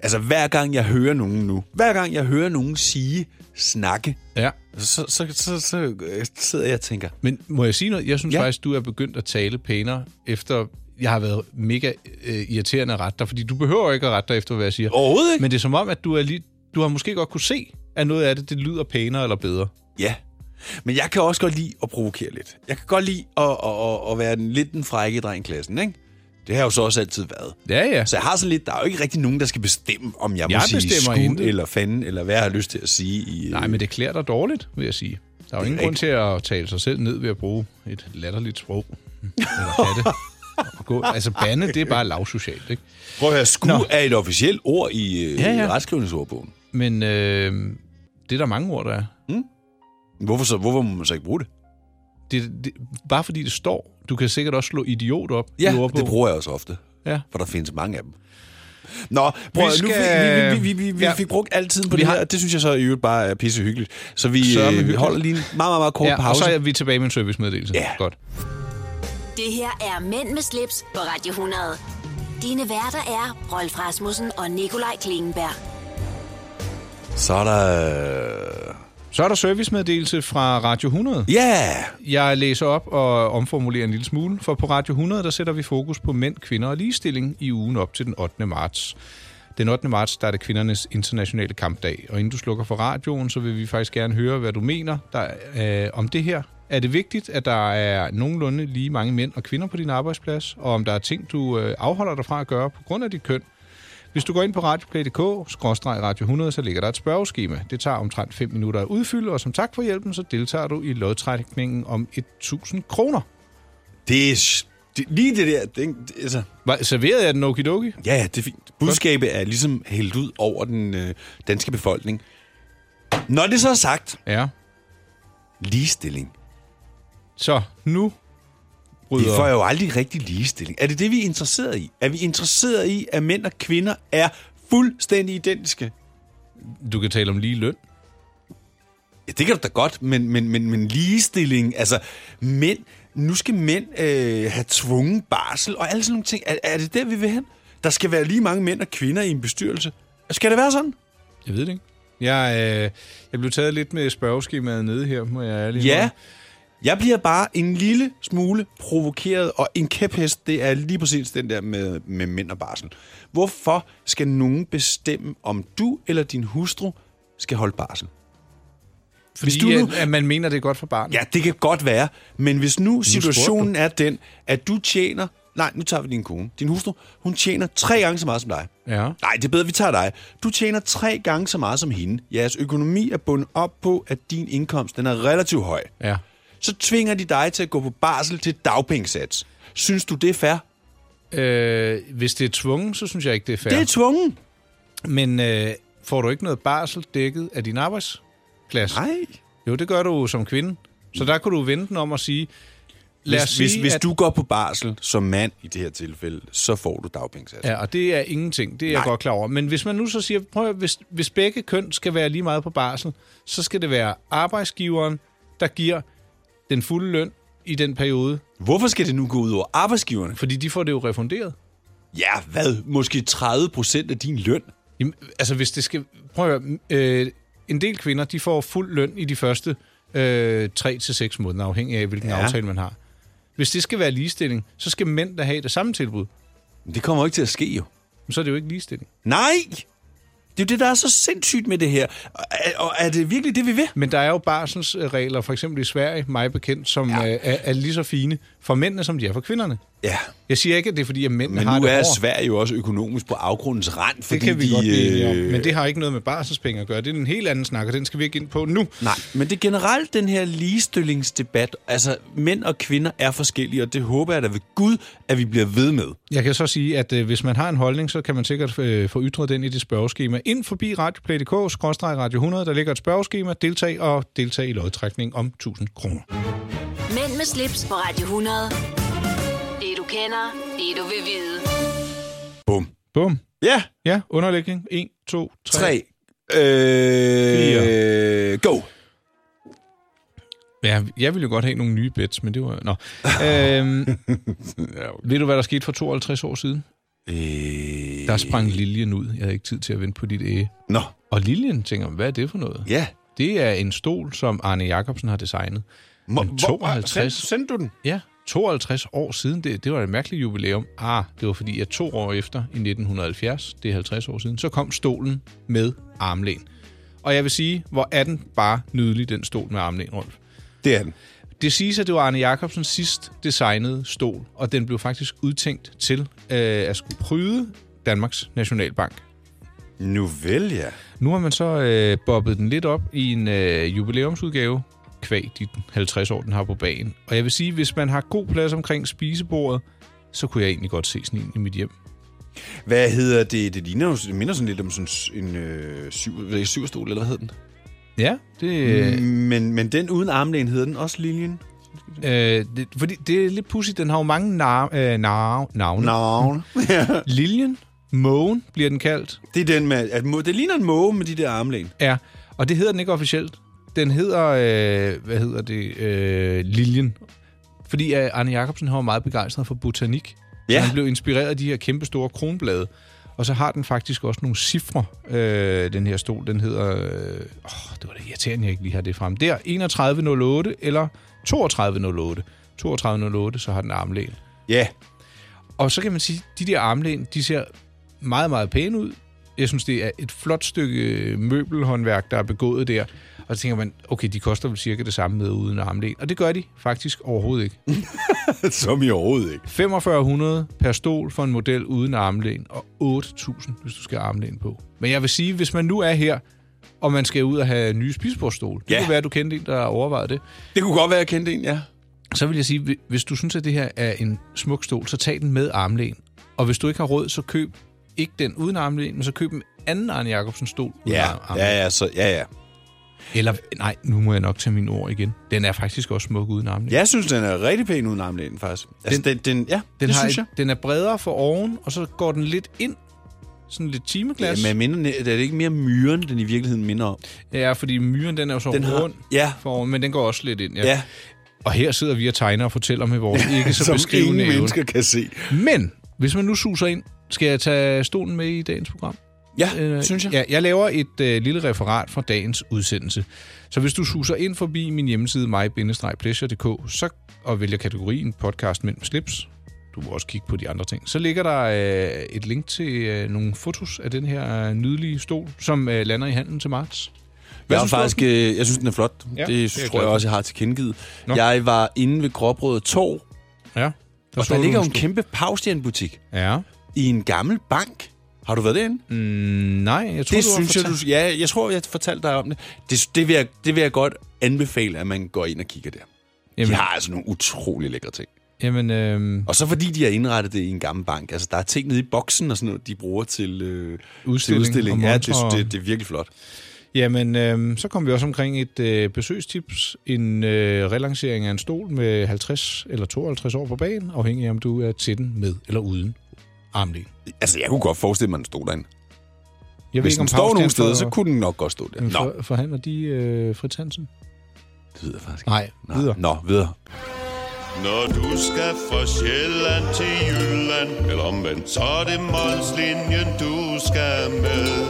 B: Altså, hver gang jeg hører nogen nu, hver gang jeg hører nogen sige snakke,
C: Ja.
B: så, så, så, så øh, sidder jeg og tænker,
C: Men må jeg sige noget? Jeg synes ja.
B: Ja.
C: faktisk, du er begyndt at tale pænere, efter jeg har været mega øh, irriterende at rette dig, fordi du behøver ikke at rette dig efter, hvad jeg siger.
B: overhovedet ikke.
C: Men det er som om, at du, er lige, du har måske godt kunne se, at noget af det, det lyder pænere eller bedre.
B: Ja. Men jeg kan også godt lide at provokere lidt. Jeg kan godt lide at, at, at, at være den, lidt den frække dreng i klassen, ikke? Det har jeg jo så også altid været.
C: Ja, ja.
B: Så jeg har sådan lidt, der er jo ikke rigtig nogen, der skal bestemme, om jeg,
C: Jeg
B: må sige
C: bestemmer
B: skud
C: intet.
B: eller fanden, eller hvad jeg har lyst til at sige. I, øh,
C: Nej, men det klæder dig dårligt, vil jeg sige. Der er jo
B: Det er
C: ingen grund til at tale sig selv ned ved at bruge et latterligt sprog. Eller katte. Og gå. Altså, bande, det er bare lavsocialt, ikke?
B: Prøv at høre, skud
C: Nå.
B: er et officielt ord i, øh,
C: Ja,
B: ja,
C: ja.
B: ja. i retskrivningsordbogen.
C: Men øh, det er der mange ord, der er.
B: Hvorfor, så, hvorfor må man så ikke bruge det?
C: Det, det, bare fordi det står. Du kan sikkert også slå idiot op i
B: Ja,
C: ordbogen.
B: det bruger jeg også ofte,
C: Ja.
B: for der findes mange af dem. Nå, prøv,
C: Vi
B: vi,
C: skal-
B: skal... nu, fik- vi, vi, vi, vi, vi
C: Ja.
B: ja. fik brugt al tiden på
C: Vi
B: det
C: har-
B: her, og det synes jeg så i øvrigt bare er pissehyggeligt. Så vi
C: Sørme
B: øh, vi
C: hyggeligt.
B: holder lige en meget, meget, meget kort
C: Ja,
B: pause.
C: og så er vi tilbage med en servicemeddelelse.
B: Ja.
C: Godt.
A: Det her er Mænd med slips på Radio 100. Dine værter er Rolf Rasmussen og Nikolaj Klingenberg.
B: Så er der... øh,
C: Så er der servicemeddelelse fra Radio 100.
B: Ja!
C: Jeg læser op og omformulerer en lille smule, for på Radio 100 der sætter vi fokus på mænd, kvinder og ligestilling i ugen op til den 8. marts. Den 8. marts der er det kvindernes internationale kampdag, og inden du slukker for radioen, så vil vi faktisk gerne høre, hvad du mener der, øh, om det her. Er det vigtigt, at der er nogenlunde lige mange mænd og kvinder på din arbejdsplads, og om der er ting, du øh, afholder dig fra at gøre på grund af dit køn? Hvis du går ind på radioplay.dk, skråstreg radio 100, så ligger der et spørgeskema. Det tager omtrent 5 minutter at udfylde, og som tak for hjælpen, så deltager du i lodtrækningen om 1000 kroner.
B: Det er... s- Det, lige det der... Det, det, altså,
C: Var- Serverede jeg den okidoki?
B: ja, ja, det er fint. Budskabet er ligesom hældt ud over den øh, danske befolkning. Når det så er sagt,
C: Ja.
B: ligestilling.
C: Så nu
B: Vi
C: bryder...
B: får jo aldrig rigtig ligestilling. Er det det, vi er interesseret i? Er vi interesseret i, at mænd og kvinder er fuldstændig identiske?
C: Du kan tale om lige løn.
B: Ja, det kan du da godt, men, men, men, men ligestilling, altså mænd, nu skal mænd øh, have tvungen barsel og alle sådan nogle ting. Er, er det der, vi vil hen? Der skal være lige mange mænd og kvinder i en bestyrelse. Skal det være sådan?
C: Jeg ved det ikke. Jeg, øh, jeg blev taget lidt med spørgeskemaet nede her, må jeg ærligt
B: Ja.
C: indrømme.
B: Jeg bliver bare en lille smule provokeret, og en kæphest, det er lige præcis den der med, med mænd og barsel. Hvorfor skal nogen bestemme, om du eller din hustru skal holde barsel?
C: Fordi øh,
B: du nu-
C: at, at man mener, det er godt for barnet.
B: Ja, det kan godt være, men hvis nu
C: spurgte
B: situationen er den, at du tjener... Nej, nu tager vi din kone. Din hustru, hun tjener tre gange så meget som dig.
C: Ja.
B: Nej, det er bedre, vi tager dig. Du tjener tre gange så meget som hende. Jeres økonomi er bundet op på, at din indkomst den er relativt høj.
C: ja.
B: så tvinger de dig til at gå på barsel til dagpengesats. Synes du, det er fair? Ja.
C: Øh, hvis det er tvungen, så synes jeg ikke, det er fair.
B: Det er tvungen.
C: Men øh, får du ikke noget barsel dækket af din arbejdsplads?
B: Nej.
C: Jo, det gør du som kvinde. Så der kunne du vente den om at sige... Lad
B: Hvis,
C: os sige,
B: hvis, hvis
C: at,
B: du går på barsel som mand i det her tilfælde, så får du dagpengesats. Ja.
C: Ja, og det er ingenting. Det er Nej. jeg
B: Nej.
C: godt klar over. Men hvis man nu så siger, prøv at, høre, hvis, hvis begge køn skal være lige meget på barsel, så skal det være arbejdsgiveren, der giver den fulde løn i den periode.
B: Hvorfor skal det nu gå ud over arbejdsgiverne?
C: Fordi de får det jo refunderet.
B: Ja, hvad? Måske 30 procent af din løn?
C: Jamen, altså hvis det skal... Prøv at høre, øh, en del kvinder, de får fuld løn i de første øh, 3-6 måneder, afhængig af, hvilken ja.
B: Ja.
C: aftale man har. Hvis det skal være ligestilling, så skal mænd, der have det samme tilbud.
B: Det kommer jo ikke til at ske, jo.
C: Men så er det jo ikke ligestilling.
B: Nej! Det er jo det, der er så sindssygt med det her. Og er, og er det virkelig det, vi vil?
C: Men der er jo barselsregler, for eksempel i Sverige, mig bekendt, som ja. er, er lige så fine for mændene, som de er for kvinderne.
B: Ja.
C: Jeg siger ikke, at det er fordi, at mændene
B: Men
C: har
B: nu
C: det
B: er
C: hårdere.
B: Sverige jo også økonomisk på afgrundens rand, fordi
C: Det kan vi
B: de...
C: godt blive enige om.
B: øh,
C: Men det har ikke noget med barselspenge at gøre. Det er en helt anden snak, og den skal vi ikke ind på nu.
B: Nej, men det er generelt den her ligestillingsdebat. Altså, mænd og kvinder er forskellige, og det håber jeg da ved Gud, at vi bliver ved med.
C: Jeg kan så sige, at øh, hvis man har en holdning, så kan man sikkert øh, få ytret den i det spørgeskema. Ind forbi radioplay.dk, radio 100, der ligger et spørgeskema. Deltag og deltag i lodtrækning om 1000 kroner.
A: Mænd med slips på Radio 100. Det du kender, det du vil vide.
B: Bum.
C: Bum.
B: Ja,
C: Ja, underlægning. 1, 2, 3.
B: tre. Øh, go.
C: Ja, jeg ville jo godt have nogle nye bets, men det var... Nå.
B: [laughs]
C: øhm, ved du, hvad der skete for 52 år siden?
B: Øh,
C: Der sprang Liljen ud. Jeg havde ikke tid til at vente på dit æge.
B: Nå,
C: Og Liljen tænker, hvad er det for noget?
B: ja.
C: Det er en stol, som Arne Jacobsen har designet.
B: Må,
C: Men
B: hvor-
C: 52.
B: Send, sendte du den?
C: Ja, 52 år siden. Det, det var et mærkeligt jubilæum. Ah, det var fordi, at to år efter, i 1970, det er 50 år siden, så kom stolen med armlæn. Og jeg vil sige, hvor er den bare nydelig, den stol med armlæn, Rolf.
B: Det er den.
C: Det siges, at det var Arne Jacobsens sidst designede stol, og den blev faktisk udtænkt til øh, at skulle pryde Danmarks Nationalbank.
B: Nu vel, ja.
C: Nu har man så øh, bobbet den lidt op i en øh, jubilæumsudgave, kvæg de 50 år, den har på bagen. Og jeg vil sige, hvis man har god plads omkring spisebordet, så kunne jeg egentlig godt se sådan en i mit hjem.
B: Hvad hedder det? Det, ligner, jo- det minder sådan lidt om sådan en øh, syv, hvad er det, syverstol, eller hvad hed den?
C: Ja, det,
B: Mm.
C: øh,
B: Men, men den uden armlæn hedder den også linjen?
C: øh, det, fordi det er lidt pudsigt. Den har jo mange nar- øh, nar- navne.
B: Navn. [laughs] ja.
C: Liljen, Mågen bliver den kaldt.
B: Det er den med, at, må- det ligner en måge med de der armlæn.
C: Ja, og det hedder den ikke officielt. Den hedder, øh, hvad hedder det, øh, Liljen. Fordi øh, Arne Jacobsen har var meget begejstret for botanik.
B: Ja.
C: Så han blev inspireret af de her kæmpe store kronblade. Og så har den faktisk også nogle cifre, øh, den her stol. Den hedder, øh, åh, det var da irriterende, jeg ikke lige har det frem. Der, 3108 eller 3208. 3208, så har den armlæn.
B: Ja. [laughs]
C: Og så kan man sige, de der armlæn, de ser meget, meget pæne ud. Jeg synes, det er et flot stykke øh, møbelhåndværk, der er begået der. Og så tænker man, okay, de koster vel cirka det samme med uden armlæn. Og det gør de faktisk overhovedet ikke.
B: Som i overhovedet ikke.
C: 4500 per stol for en model uden armlæn, og 8000, hvis du skal have armlæn på. Men jeg vil sige, hvis man nu er her, og man skal ud og have nye spisbordstole, det
B: Ja.
C: kunne være, at du kendte en, der overvejede det,
B: Det kunne godt være, at jeg kendte en, ja.
C: så vil jeg sige, hvi- hvis du synes, at det her er en smuk stol, så tag den med armlæn. Og hvis du ikke har råd, så køb ikke den uden armlæn, men så køb en anden Arne Jacobsen stol uden
B: Ja,
C: arm- armlæn.
B: ja, ja, så, ja, ja.
C: Eller, nej, nu må jeg nok tage mine ord igen. Den er faktisk også smuk uden armlæn.
B: Jeg synes, den er rigtig pæn uden armlænen, faktisk. Altså, den, den, ja, den
C: den,
B: det
C: har
B: synes
C: et-
B: jeg.
C: den er bredere for oven, og så går den lidt ind, sådan lidt timeglas.
B: Ja, men minder, den- er det ikke mere myren, den i virkeligheden minder om?
C: Ja, fordi myren, den er jo så
B: Den
C: den
B: har-
C: rund
B: ja.
C: foroven, men den går også lidt ind. Ja.
B: Ja,
C: Og her sidder vi og tegner og fortæller med
B: [laughs]
C: vores ikke så
B: som
C: beskrivende
B: ingen
C: evne.
B: mennesker kan se.
C: Men hvis man nu suser ind, skal jeg tage stolen med i dagens program?
B: Ja,
C: Øh,
B: synes jeg.
C: Ja, jeg laver et øh, lille referat fra dagens udsendelse. Så hvis du suser ind forbi min hjemmeside mig-pleasure.dk så, og vælger kategorien podcast mellem slips, du må også kigge på de andre ting, så ligger der øh, et link til øh, nogle fotos af den her øh, nydelige stol, som øh, lander i handen til marts.
B: Jeg, synes,
C: synes du om
B: faktisk, øh, jeg synes, den er flot.
C: Ja,
B: Ja,
C: det er
B: det, det tror
C: jeg glad
B: jeg
C: for.
B: også, jeg har tilkendegivet.
C: Nå.
B: Jeg var inde ved Gråbrød Torv,
C: Ja, der,
B: og
C: så
B: der
C: du
B: ligger jo en
C: stol.
B: kæmpe Paustian-butik
C: Ja.
B: i en gammel bank. Har du været derinde?
C: Mm, nej, jeg tror,
B: Det
C: du har
B: synes jeg,
C: fortalt-
B: du... Ja, jeg tror, jeg fortalte dig om det. Det, det, vil jeg, det vil jeg godt anbefale, at man går ind og kigger der.
C: Jamen.
B: De har altså nogle utrolig lækre ting.
C: Jamen, øh,
B: Og så fordi de har indrettet det i en gammel bank. Altså, der er ting nede i boksen og sådan noget, de bruger til, øh, til
C: Udstilling
B: udstilling.
C: og
B: Ja, det,
C: montre og-
B: det, det er virkelig flot.
C: Jamen, øh, så kom vi også omkring et øh, besøgstips. En øh, relancering af en stol med 50 eller 52 år på banen, afhængig af om du er til den med eller uden armlæn.
B: Altså, jeg kunne godt forestille mig, at den stod derinde.
C: Jeg
B: Hvis den står nogle steder, så
C: så
B: kunne den nok godt stå der. Nå,
C: for, forhandler de øh, Fritz Hansen?
B: det ved jeg faktisk ikke.
C: Nej,
B: Nå,
C: videre.
B: Nå, videre.
F: Når du skal fra Sjælland til Jylland Eller omvendt, så er det Molslinjen, du skal med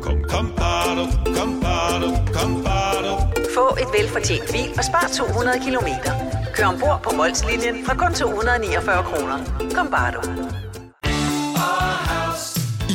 F: Kom, kom, kom, bado, kom, bado, kom, bado.
G: Få et velfortjent bil og spar 200 kilometer. Kør ombord på Molslinjen fra kun 249 kroner. Kom bare du.
H: I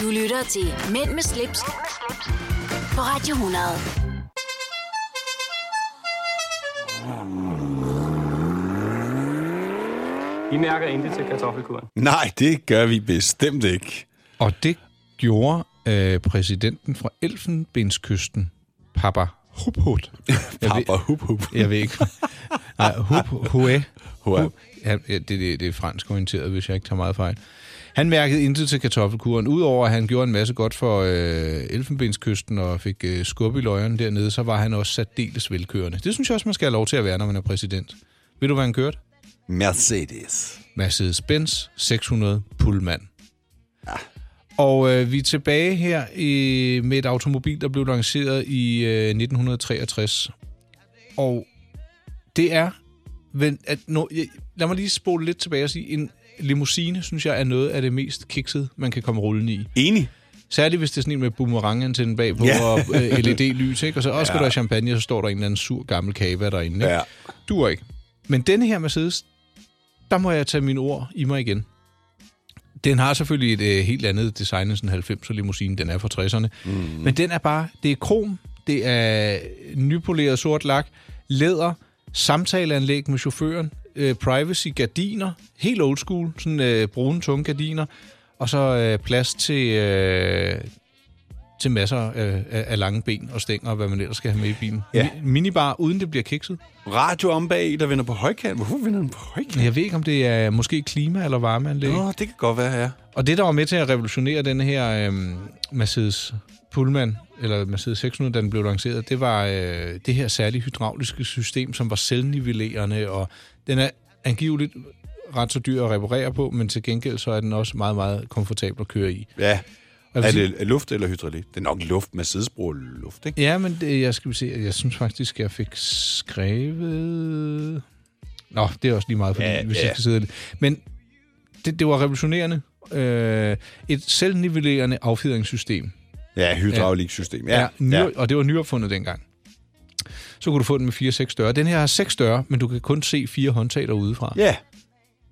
A: Du lytter til Mænd med slips, på Radio 100.
D: I mærker intet til kartoffelkuren.
B: Nej, det gør vi bestemt ikke.
C: Og det gjorde øh, præsidenten fra Elfenbenskysten, Papa
B: [laughs]
C: Huput.
B: Papa Hup Hup.
C: Jeg ved ikke.
B: [laughs]
C: Nej, Hup Hue.
B: Hua.
C: Hup. Ja, det, det, det er fransk orienteret, hvis jeg ikke tager meget fejl. Han mærkede intet til kartoffelkuren. Udover at han gjorde en masse godt for øh, Elfenbenskysten og fik øh, skub i løjerne dernede, så var han også særdeles velkørende. Det synes jeg også, man skal have lov til at være, når man er præsident. Ved du, hvad han kørte?
B: Mercedes.
C: Mercedes-Benz 600 Pullman. Og øh, vi er tilbage her i, med et automobil, der blev lanceret i øh, 1963. Og det er... Vel, at no, jeg, lad mig lige spole lidt tilbage og sige, en limousine, synes jeg, er noget af det mest kiksede, man kan komme rullende i.
B: Enig.
C: Særligt hvis det er sådan en med boomerangantænden bagpå
B: Ja.
C: ja. og øh, LED-lys, ikke? Og så også skal du have champagne, og så står der en eller anden sur gammel kava derinde, ikke?
B: Ja.
C: Duer ikke. Men denne her Mercedes, der må jeg tage mine ord i mig igen. Den har selvfølgelig et øh, helt andet design end sådan en 90'er limousine, den er fra 60'erne. Mm. Men den er bare, det er krom, det er nypoleret sort lak, læder, samtaleanlæg med chaufføren, øh, privacy gardiner, helt old school, sådan øh, brune tunge gardiner, og så øh, plads til, øh, til masser af, af, af lange ben og stænger, og hvad man ellers skal have med i bilen.
B: Ja.
C: Mi- minibar, uden det bliver kikset.
B: Radio om bag, der vender på højkant. Hvorfor vender den på højkant?
C: Jeg ved ikke, om det er måske klima- eller varmeanlæg.
B: Nå, det kan godt være, ja.
C: Og det, der var med til at revolutionere den her øhm, Mercedes Pullman, eller Mercedes 600, da den blev lanceret, det var øh, det her særlige hydrauliske system, som var selvnivellerende, og den er angiveligt ret så dyr at reparere på, men til gengæld så er den også meget, meget komfortabel at køre i.
B: Ja.
C: Jeg vil
B: Er
C: sige-
B: det luft eller hydraulik? Det er nok luft. Mercedes bruger luft, ikke?
C: Ja, men det, jeg skal se, jeg synes faktisk, jeg fik skrevet... Nå, det er også lige meget, fordi,
B: Ja,
C: ja, hvis
B: ja.
C: jeg skal sidde lidt. Men det, det var revolutionerende. Øh, et selvnivellerende affjedringssystem.
B: Ja, hydrauliksystem. Ja,
C: Ja, ny,
B: ja.
C: Og det var nyopfundet dengang. Så kunne du få den med 4-6 døre. Den her har 6 døre, men du kan kun se fire håndtag derudefra.
B: Ja,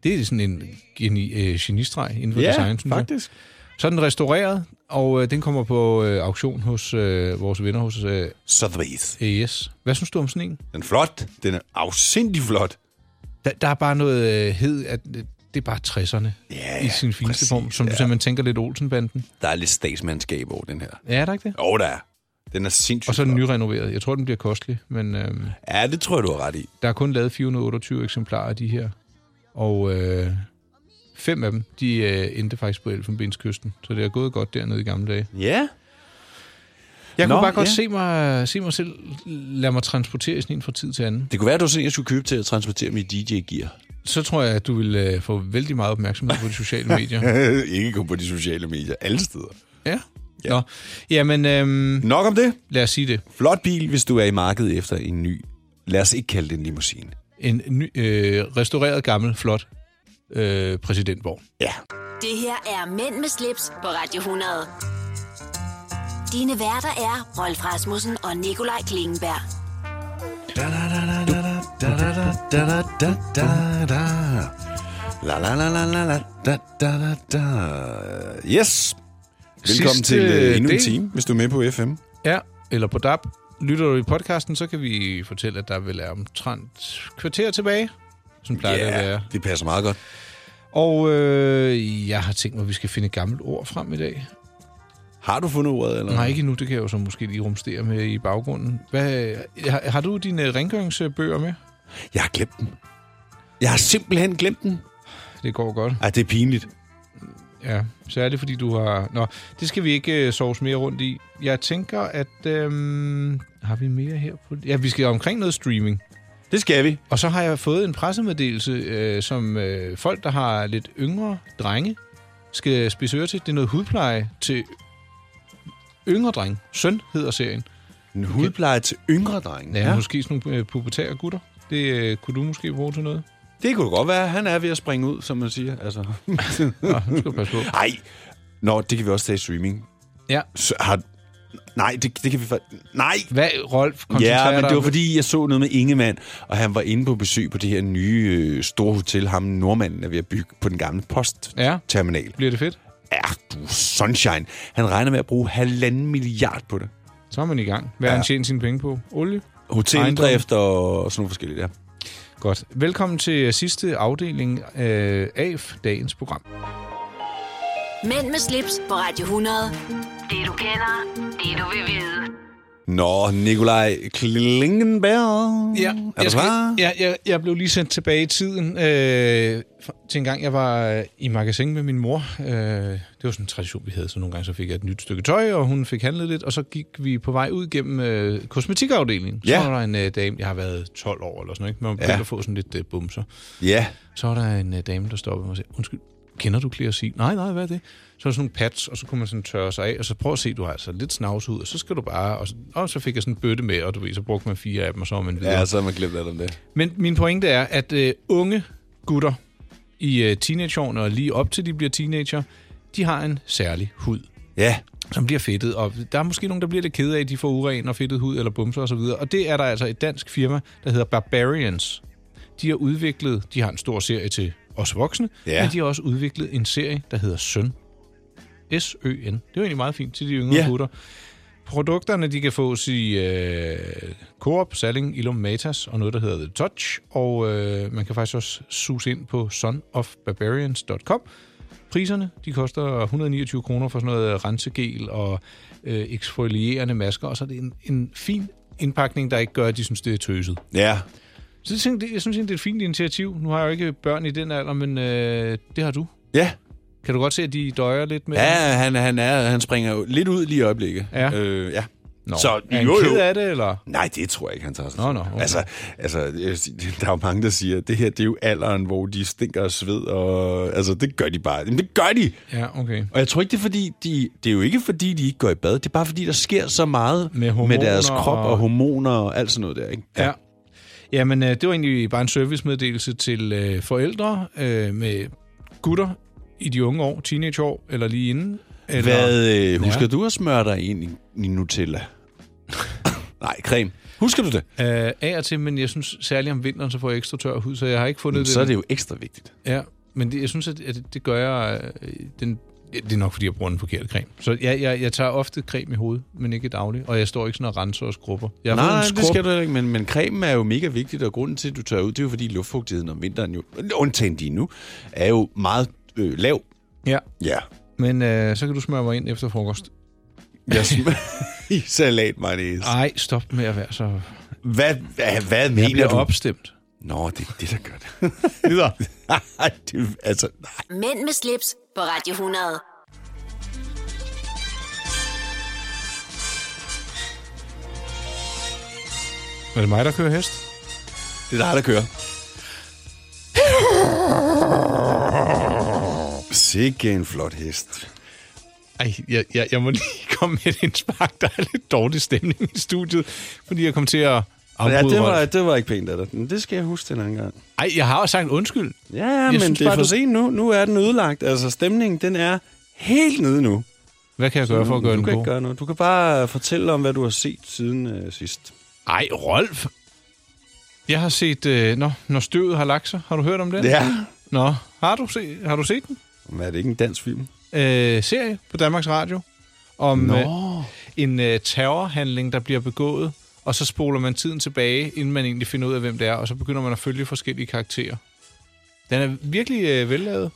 C: Det er sådan en geni, øh, genistreg inden for
B: ja
C: design, synes jeg.
B: faktisk.
C: Så er den restaureret, og øh, den kommer på øh, auktion hos øh, vores venner hos øh,
B: Sotheby's.
C: AES. Hvad synes du om sådan en?
B: Den er flot. Den er afsindig flot.
C: Der, der er bare noget øh, hed, at øh, det er bare 60'erne
B: Ja,
C: i sin fineste
B: præcis,
C: form, som
B: ja.
C: du sagde, man tænker lidt Olsenbanden.
B: Der er lidt statsmandskab over den her.
C: Ja, er der ikke det?
B: Jo, der er. Den er sindssygt
C: Og så er den
B: flot.
C: nyrenoveret. Jeg tror, den bliver kostelig, men øh,
B: Ja, det tror jeg, du har ret i.
C: der er kun lavet 428 eksemplarer af de her. Og øh, fem af dem, de øh, endte faktisk på Elfenbenskysten, så det er gået godt dernede i gamle dage.
B: Ja.
C: Jeg
B: Nå,
C: Nå, kunne bare godt
B: ja.
C: ja. se, mig, se mig selv lade mig transportere i sådan en fra tid til anden.
B: Det kunne være, at du sådan, jeg skulle købe til at transportere mit
C: [laughs]
B: DJ-gear.
C: Så tror jeg, at du vil øh, få vældig meget opmærksomhed på de
B: [laughs]
C: sociale medier.
B: Ikke kun på de sociale medier. Alle steder.
C: Ja. ja. Nå. Jamen, øh,
B: Nok om det.
C: lad os sige det.
B: Flot bil, hvis du er i markedet efter en ny. Lad os ikke kalde det en limousine.
C: En ny, øh, restaureret, gammel, flot øh, præsidentborg.
B: Ja.
A: Det her er Mænd med slips på Radio 100. Dine værter er Rolf Rasmussen og Nikolaj Klingenberg.
B: La la la la la la da da da da. Yes. Velkommen
C: Sidste
B: til øh, endnu en
C: del.
B: time, hvis du er med på FM.
C: Ja, eller på DAB. Lytter du i podcasten, så kan vi fortælle, at der vil være omtrent kvarter tilbage. Sådan plejer yeah. det at være.
B: det passer meget godt.
C: Og øh, jeg har tænkt mig, at vi skal finde et gammelt ord frem i dag.
B: Har du fundet ordet? Eller?
C: Nej, ikke endnu. Det kan jeg jo så måske lige rumstere med i baggrunden. Hvad, har, har du dine rengøringsbøger med?
B: Jeg har glemt dem. Jeg har simpelthen glemt dem.
C: Det går godt.
B: Ej, det er pinligt.
C: Ja, så er det, fordi du har... Nå, det skal vi ikke øh, sovs mere rundt i. Jeg tænker, at... Øhm, har vi mere her på... Ja, vi skal omkring noget streaming.
B: Det skal vi.
C: Og så har jeg fået en pressemeddelelse, øh, som øh, folk, der har lidt yngre drenge, skal spise øre til. Det er noget hudpleje til yngre drenge. Søn hedder serien.
B: En hudpleje til yngre drenge?
C: Ja, ja. måske sådan nogle øh, pubertære gutter. Det øh, kunne du måske bruge til noget.
B: Det kunne det godt være. Han er ved at springe ud, som man siger. Altså.
C: Nå, nu skal du passe på.
B: Ej. Nå, det kan vi også tage i streaming.
C: Ja.
B: Så har... Nej, det, det kan vi fa- Nej!
C: Hvad, Rolf? Koncentrer
B: Ja, men
C: dig
B: det var
C: om-
B: fordi, jeg så noget med Ingemann, og han var inde på besøg på det her nye øh, store hotel, ham nordmanden er ved at bygge på den gamle
C: Ja.
B: postterminal. Ja.
C: Bliver det fedt?
B: Du, sunshine. Han regner med at bruge halvanden milliard på det.
C: Så er man i gang. Hvad har
B: Ja.
C: han tjent sine penge på? Olie?
B: Hoteldrift og sådan nogle forskellige der.
C: Godt. Velkommen til sidste afdeling øh, af dagens program.
A: Mænd med slips på Radio 100. Det du kender, det du vil vide.
B: Nå, Nikolaj Klingenberg.
C: Ja,
B: er du
C: jeg, skal,
B: klar?
C: jeg, jeg, jeg blev lige sendt tilbage i tiden øh, fra- til en gang, jeg var øh, i magasin med min mor. Øh, det var sådan en tradition, vi havde, så nogle gange så fik jeg et nyt stykke tøj, og hun fik handlet lidt, og så gik vi på vej ud gennem øh, kosmetikafdelingen.
B: Ja.
C: Så var der en øh, dame, jeg har været 12 år eller sådan noget, ikke? men man begyndte
B: Ja.
C: at få sådan lidt øh, bumser.
B: Ja.
C: Så var der en øh, dame, der stoppede mig og sagde, undskyld, kender du Clearasil? Nej, nej, hvad er det? Så var der sådan nogle pads, og så kunne man sådan tørre sig af, og så prøv at se, du har altså lidt snavs ud, og så skal du bare... Og så, og så fik jeg sådan en bøtte med, og du ved, så brugte man fire af dem, og så var man videre.
B: Ja, så har man glemt alt om det.
C: Men min pointe er, at øh, unge gutter i øh, teenageårene og lige op til de bliver teenager, de har en særlig hud.
B: Ja.
C: Som bliver fedtet, og der er måske nogen, der bliver lidt ked af, at de får uren og fedtet hud eller bumser osv. Og det er der altså et dansk firma, der hedder Barbarians. De har udviklet, de har en stor serie til os voksne,
B: Ja.
C: men de har også udviklet en serie, der hedder Søn. S-Ø-N. Det er jo egentlig meget fint til de yngre
B: Ja.
C: gutter. Produkterne, de kan fås i øh, Coop, Salling, Ilum Matas og noget, der hedder The Touch. Og øh, man kan faktisk også suse ind på sonofbarbarians.com. Priserne, de koster 129 kroner for sådan noget øh, rensegel og øh, eksfolierende masker. Og så er det en, en fin indpakning, der ikke gør, at de synes, det er tøset.
B: Ja.
C: Så jeg tænkte, jeg synes, egentlig, det er et fint initiativ. Nu har jeg jo ikke børn i den alder, men øh, det har du.
B: Ja.
C: Kan du godt se, at de døjer lidt med
B: Ja, han, han, er, han springer jo lidt ud lige i øjeblikket.
C: Ja.
B: Øh, ja.
C: Nå,
B: så,
C: er han
B: jo, jo.
C: ked af det, eller?
B: Nej, det tror jeg ikke, han tager sig
C: Nå,
B: til.
C: nå, okay.
B: altså, altså, jeg vil sige, der er jo mange, der siger, at det her det er jo alderen, hvor de stinker og sved, og altså, det gør de bare. Jamen, det gør de!
C: Ja, okay.
B: Og jeg tror ikke, det er, fordi de, det er jo ikke, fordi de ikke går i bad. Det er bare, fordi der sker så meget
C: Med
B: med
C: hormoner
B: deres krop og...
C: og
B: hormoner og alt sådan noget der. Ikke?
C: Ja. Jamen, øh, det var egentlig bare en servicemeddelelse til øh, forældre øh, med gutter i de unge år, teenageår eller lige inden. Eller,
B: Hvad øh, husker
C: Ja.
B: du at smøre dig ind i, i
C: [laughs]
B: Nutella? Nej, creme. Husker du det?
C: Øh, af og til, men jeg synes særligt om vinteren, så får jeg ekstra tør hud, så jeg har ikke fundet
B: Jamen,
C: det.
B: så er det jo ekstra vigtigt.
C: Ja, men det, jeg synes, at, at det gør jeg... Øh, den, det er nok, fordi jeg bruger den forkerte creme. Så jeg, jeg, jeg tager ofte creme i hovedet, men ikke dagligt. Og jeg står ikke sådan og renser og skrubber. Jeg har
B: Nej,
C: fået en
B: nej, det
C: skrub-
B: skal du heller ikke, men, men cremen er jo mega vigtigt, og grunden til, at du tør ud, det er jo fordi luftfugtigheden om vinteren jo, undtagen lige nu, er jo meget øh, lav.
C: Ja,
B: Ja.
C: men øh, så kan du smøre mig ind efter frokost.
B: [laughs] Jeg
C: [laughs]
B: sm- i salat mayonnaise.
C: Nej, stop med at være så...
B: Hvad, hvad, hvad
C: Jeg
B: mener
C: bliver
B: du?
C: opstemt.
B: Nå, det er det, der gør det. [laughs] Videre. Ej, det, altså, nej.
A: Mænd med slips på Radio 100.
C: Er det mig, der kører hest?
B: Det er dig, der kører. Sikke en flot hest.
C: Ej, jeg, jeg, jeg må lige [laughs] komme med et indspark. Der er lidt dårlig stemning i studiet, fordi jeg kom til at afbryde
B: Ja, det var,
C: Rolf.
B: det var ikke pænt af dig. Men det skal jeg huske den anden gang.
C: Ej, jeg har også sagt undskyld.
B: Ja, jeg men
C: synes
B: det er
C: bare,
B: for
C: du-
B: sent nu. Nu er den ødelagt. Altså, stemningen, den er helt nede nu.
C: Hvad kan jeg gøre for at gøre
B: du
C: den
B: kan
C: god?
B: ikke gøre noget. Du kan bare fortælle om, hvad du har set siden øh, sidst.
C: Ej, Rolf! Jeg har set, øh, nå, Når støvet har lagt sig. Har du hørt om den?
B: Ja.
C: Nå, har du, se, har du set den?
B: Men er det ikke en dansk film?
C: Øh, serie på Danmarks Radio om
B: Nå.
C: øh, en øh, terrorhandling, der bliver begået, og så spoler man tiden tilbage, inden man egentlig finder ud af, hvem det er, og så begynder man at følge forskellige karakterer. Den er virkelig øh, vellavet.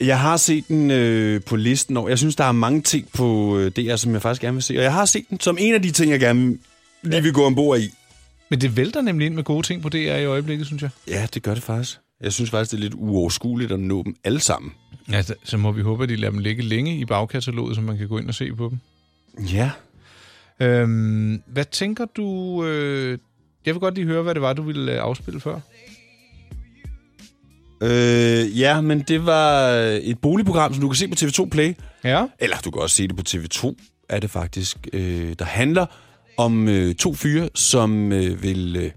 B: Jeg har set den øh, på listen over. Jeg synes, der er mange ting på øh, DR, som jeg faktisk gerne vil se. Og jeg har set den som en af de ting, jeg gerne lige vil gå ombord i.
C: Men det vælter nemlig ind med gode ting på DR i øjeblikket, synes jeg.
B: Ja, det gør det faktisk. Jeg synes faktisk, det er lidt uoverskueligt at nå dem alle sammen.
C: Ja, da- så må vi håbe, at de lader dem ligge længe i bagkataloget, så man kan gå ind og se på dem.
B: Ja.
C: Øhm, hvad tænker du... Øh, jeg vil godt lige høre, hvad det var, du ville øh, afspille før.
B: Øh, ja, men det var et boligprogram, som du kan se på TV2 Play.
C: Ja.
B: Eller du kan også se det på TV2, er det faktisk. Øh, der handler om øh, to fyre, som øh, vil øh,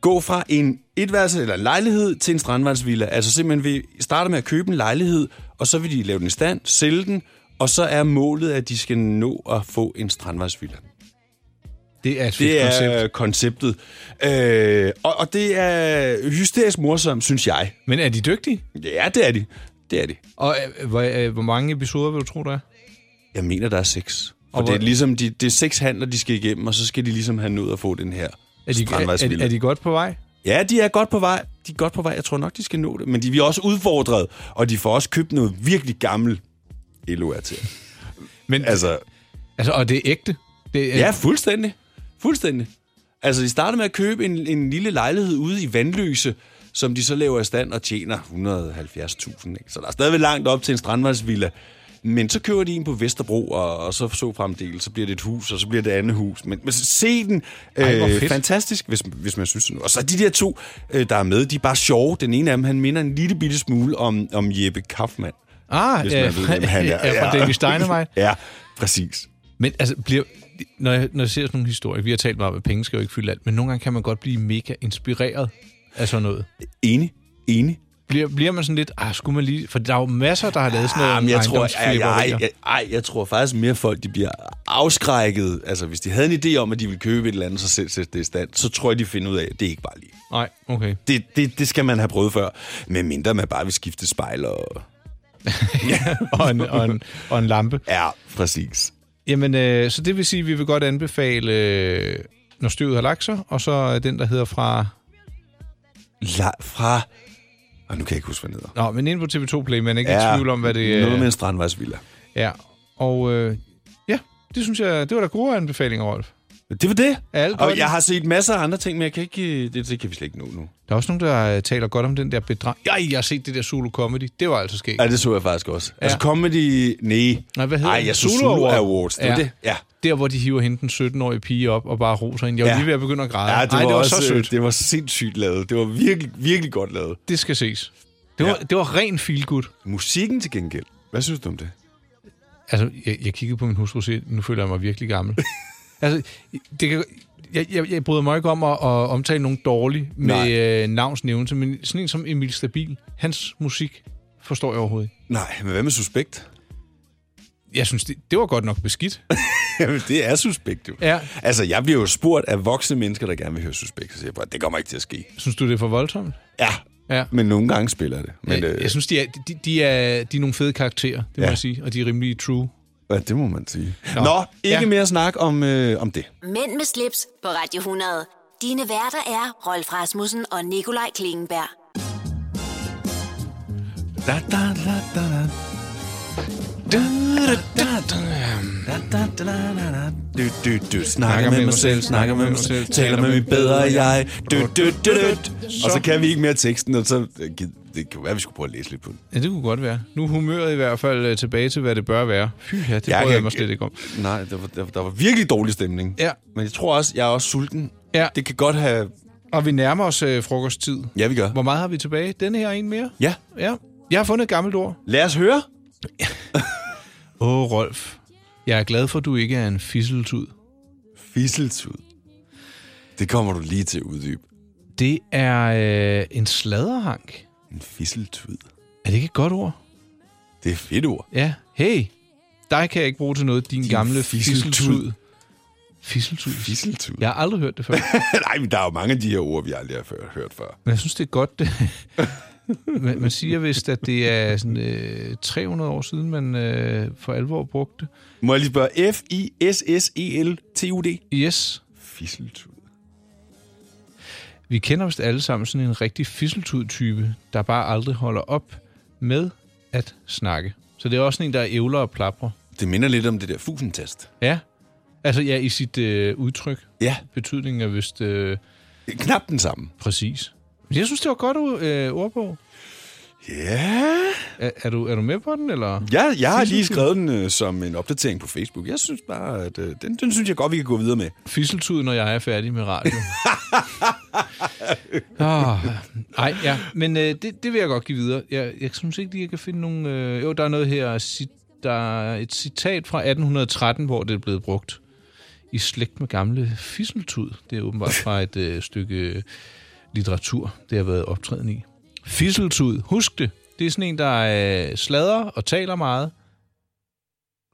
B: gå fra en etværelse eller en lejlighed til en strandvejsvilla. Altså simpelthen vil starte med at købe en lejlighed, og så vil de lave den i stand, sælge den, og så er målet, at de skal nå at få en strandvejsvilla.
C: Det er et fedt
B: Det
C: koncept.
B: er konceptet. Øh, og, og det er hysterisk morsomt, synes jeg.
C: Men er de dygtige?
B: Ja, det er de. Det er de.
C: Og øh, hvor, øh, hvor mange episoder vil du tro, der er?
B: Jeg mener, der er seks. Og,
C: Og
B: det er
C: hvor-
B: ligesom, de, det er seks handler, de skal igennem, og så skal de ligesom have nået at få den her
C: Er de, er, er,
B: strandvejsvilla.
C: er de godt på vej?
B: Ja, de er godt på vej. De er godt på vej. Jeg tror nok, de skal nå det. Men de bliver også udfordret, og de får også købt noget virkelig gammel LOR til.
C: Men,
B: altså,
C: altså, og det er ægte? Det er,
B: Ja, fuldstændig. Fuldstændig. Altså, de starter med at købe en, en lille lejlighed ude i Vandløse, som de så laver i stand og tjener 170.000. ikke? Så der er stadigvæk langt op til en strandvejsvilla. Men så kører de en på Vesterbro, og, og så så fremdel, så bliver det et hus, og så bliver det et andet hus. Men, men se den. øh,
C: Ej, hvor fedt.
B: fantastisk, hvis, hvis man synes det nu. Og så de der to, øh, der er med, de er bare sjove. Den ene af dem, han minder en lille bitte smule om, om Jeppe Kaufmann.
C: Ah,
B: hvis
C: ja,
B: man ved, hvem han er.
C: [laughs] ja, fra Danish Dynamite.
B: [laughs] ja, præcis.
C: Men altså, bliver, når, jeg, når jeg ser sådan nogle historier, vi har talt meget om, at penge skal jo ikke fylde alt, men nogle gange kan man godt blive mega inspireret af sådan noget.
B: Enig, enig.
C: Bliver, bliver man sådan lidt, ah, skulle man lige... For der er jo masser, der har lavet sådan noget
B: Jamen, Ah, jeg tror, jeg,
C: ejendomsflipperier.
B: jeg, jeg, ej, jeg tror faktisk mere folk, de bliver afskrækket. Altså, hvis de havde en idé om, at de ville købe et eller andet, så selv sætte det i stand, så tror jeg, de finder ud af, at det er ikke bare lige.
C: Nej, okay.
B: Det, det, det skal man have prøvet før. Med mindre man bare vil skifte spejl og...
C: og, en, og, en, og en lampe.
B: Ja, præcis.
C: Jamen, øh, så det vil sige, at vi vil godt anbefale, øh, når støvet har lagt sig, og så øh, den, der hedder fra...
B: La, fra... Og nu kan jeg ikke huske, hvad den hedder.
C: Nå, men inde på TV2 Play, man er ikke ja, i tvivl om, hvad det øh, er.
B: Noget med en strandvejsvilla.
C: Ja, og øh, ja, det synes jeg, det var da gode anbefalinger, Rolf.
B: Det var det.
C: Alt
B: Og jeg har set masser af andre ting, men jeg kan ikke... øh, Det, det kan vi slet ikke nå nu.
C: Der er også nogen, der øh, taler godt om den der bedrag. Ja, jeg har set det der solo comedy. Det var altså sket.
B: Ja, det så jeg faktisk også. Ja. Altså, comedy... Nej.
C: Nej, hvad hedder
B: Ej,
C: den?
B: jeg så Zulu Awards. Det
C: ja.
B: var det. Ja.
C: Der, hvor de hiver hende den 17-årige pige op og bare roser hende. Jeg var
B: Ja.
C: lige ved at begynde at græde.
B: Ja, det var,
C: Ej, det var
B: også, øh,
C: så sødt.
B: Det var sindssygt lavet. Det var virkelig, virkelig godt lavet.
C: Det skal ses. Det var, ja. det var ren feel good.
B: Musikken til gengæld. Hvad synes du om det?
C: Altså, jeg, jeg kiggede på min hustru og siger, nu føler jeg mig virkelig [laughs] gammel. altså, det kan, jeg, jeg, jeg bryder mig ikke om at, at omtale nogen dårlige med
B: Nej.
C: øh, navnsnævnelse, men sådan en som Emil Stabil, hans musik forstår jeg overhovedet ikke.
B: Nej, men hvad med suspekt?
C: Jeg synes, det, det var godt nok beskidt.
B: [laughs] Jamen, det er suspekt jo.
C: [laughs] Ja.
B: Altså, jeg bliver jo spurgt af voksne mennesker, der gerne vil høre suspekt. Så siger jeg bare, det kommer ikke til at ske.
C: Synes du, det er for voldsomt?
B: Ja,
C: Ja.
B: men nogle gange spiller det. Men, øh,
C: jeg, jeg synes, de er, de, de, er, de er nogle fede karakterer, det øh, ja. må
B: Ja.
C: jeg sige, og de er rimelig true.
B: Ja, det må man sige. Nå, Nå ikke
C: Ja.
B: ja. mere snak om, øh, om det.
A: Mænd med slips på Radio 100. Dine værter er Rolf Rasmussen og Nikolaj Klingenberg.
B: Da, da, da, da, da. Da, da, da, da. Da, da, da, da, da. Du, du, du. Snakker med mig selv, snakker med mig selv, taler med mit bedre jeg. Du, du, du, du. Og så kan vi ikke mere teksten, og så... Det kan jo være, at vi skulle prøve at læse lidt på den.
C: Ja, det kunne godt være. Nu er humøret i hvert fald øh, tilbage til, hvad det bør være. Fy ja, det prøver jeg mig slet ikke om.
B: Nej, der var, der, der var virkelig dårlig stemning.
C: Ja.
B: Men jeg tror også, jeg er også sulten.
C: Ja.
B: Det kan godt have...
C: Og vi nærmer os øh, frokosttid.
B: Ja, vi gør.
C: Hvor meget har vi tilbage? Denne her og en mere?
B: Ja.
C: Ja. Jeg har fundet et gammelt ord.
B: Lad os høre.
C: Åh, oh, Rolf. Jeg er glad for, at du ikke er en fisseltud.
B: Fisseltud. Det kommer du lige til at uddybe.
C: Det er øh, en sladderhank.
B: En fisseltud.
C: Er det ikke et godt ord?
B: Det er et fedt ord.
C: Ja. Hey, dig kan jeg ikke bruge til noget, din, din gamle
B: fisseltud.
C: fisseltud. Fisseltud.
B: Fisseltud.
C: Jeg har aldrig hørt det før.
B: [laughs] Nej, men der er jo mange af de her ord, vi aldrig har før- hørt før.
C: Men jeg synes, det er godt. [laughs] Det. man, man siger vist, at det er sådan, øh, 300 år siden, man øh, for alvor brugte det.
B: Må jeg lige spørge? E F-I-S-S-E-L-T-U-D?
C: Yes.
B: Fisseltud.
C: Vi kender vist alle sammen sådan en rigtig fisseltud-type, der bare aldrig holder op med at snakke. Så det er også sådan en, der ævler og plapper.
B: Det minder lidt om det der fusentest.
C: Ja. Altså, ja, i sit øh, udtryk.
B: Ja.
C: Betydningen er vist... Øh,
B: Knap den samme.
C: Præcis. Men Jeg synes, det var godt u- øh, ordbog.
B: Ja.
C: Er, er, du, er du med på den, eller?
B: Ja, jeg har lige
C: Fisseltuden-
B: skrevet den øh, som en opdatering på Facebook. Jeg synes bare, at øh, den, den synes jeg godt, vi kan gå videre med.
C: Fisseltud, når jeg er færdig med radio. oh, nej, ja. Men øh, det, det vil jeg godt give videre. Jeg, jeg synes ikke lige, jeg kan finde nogen... Øh, jo, der er noget her. Cit, der er et citat fra 1813, hvor det er blevet brugt. I slægt med gamle fisseltud. Det er åbenbart fra et øh, stykke litteratur, det har været optræden i. Fisseltud, husk det. Det er sådan en, der øh, sladrer og taler meget.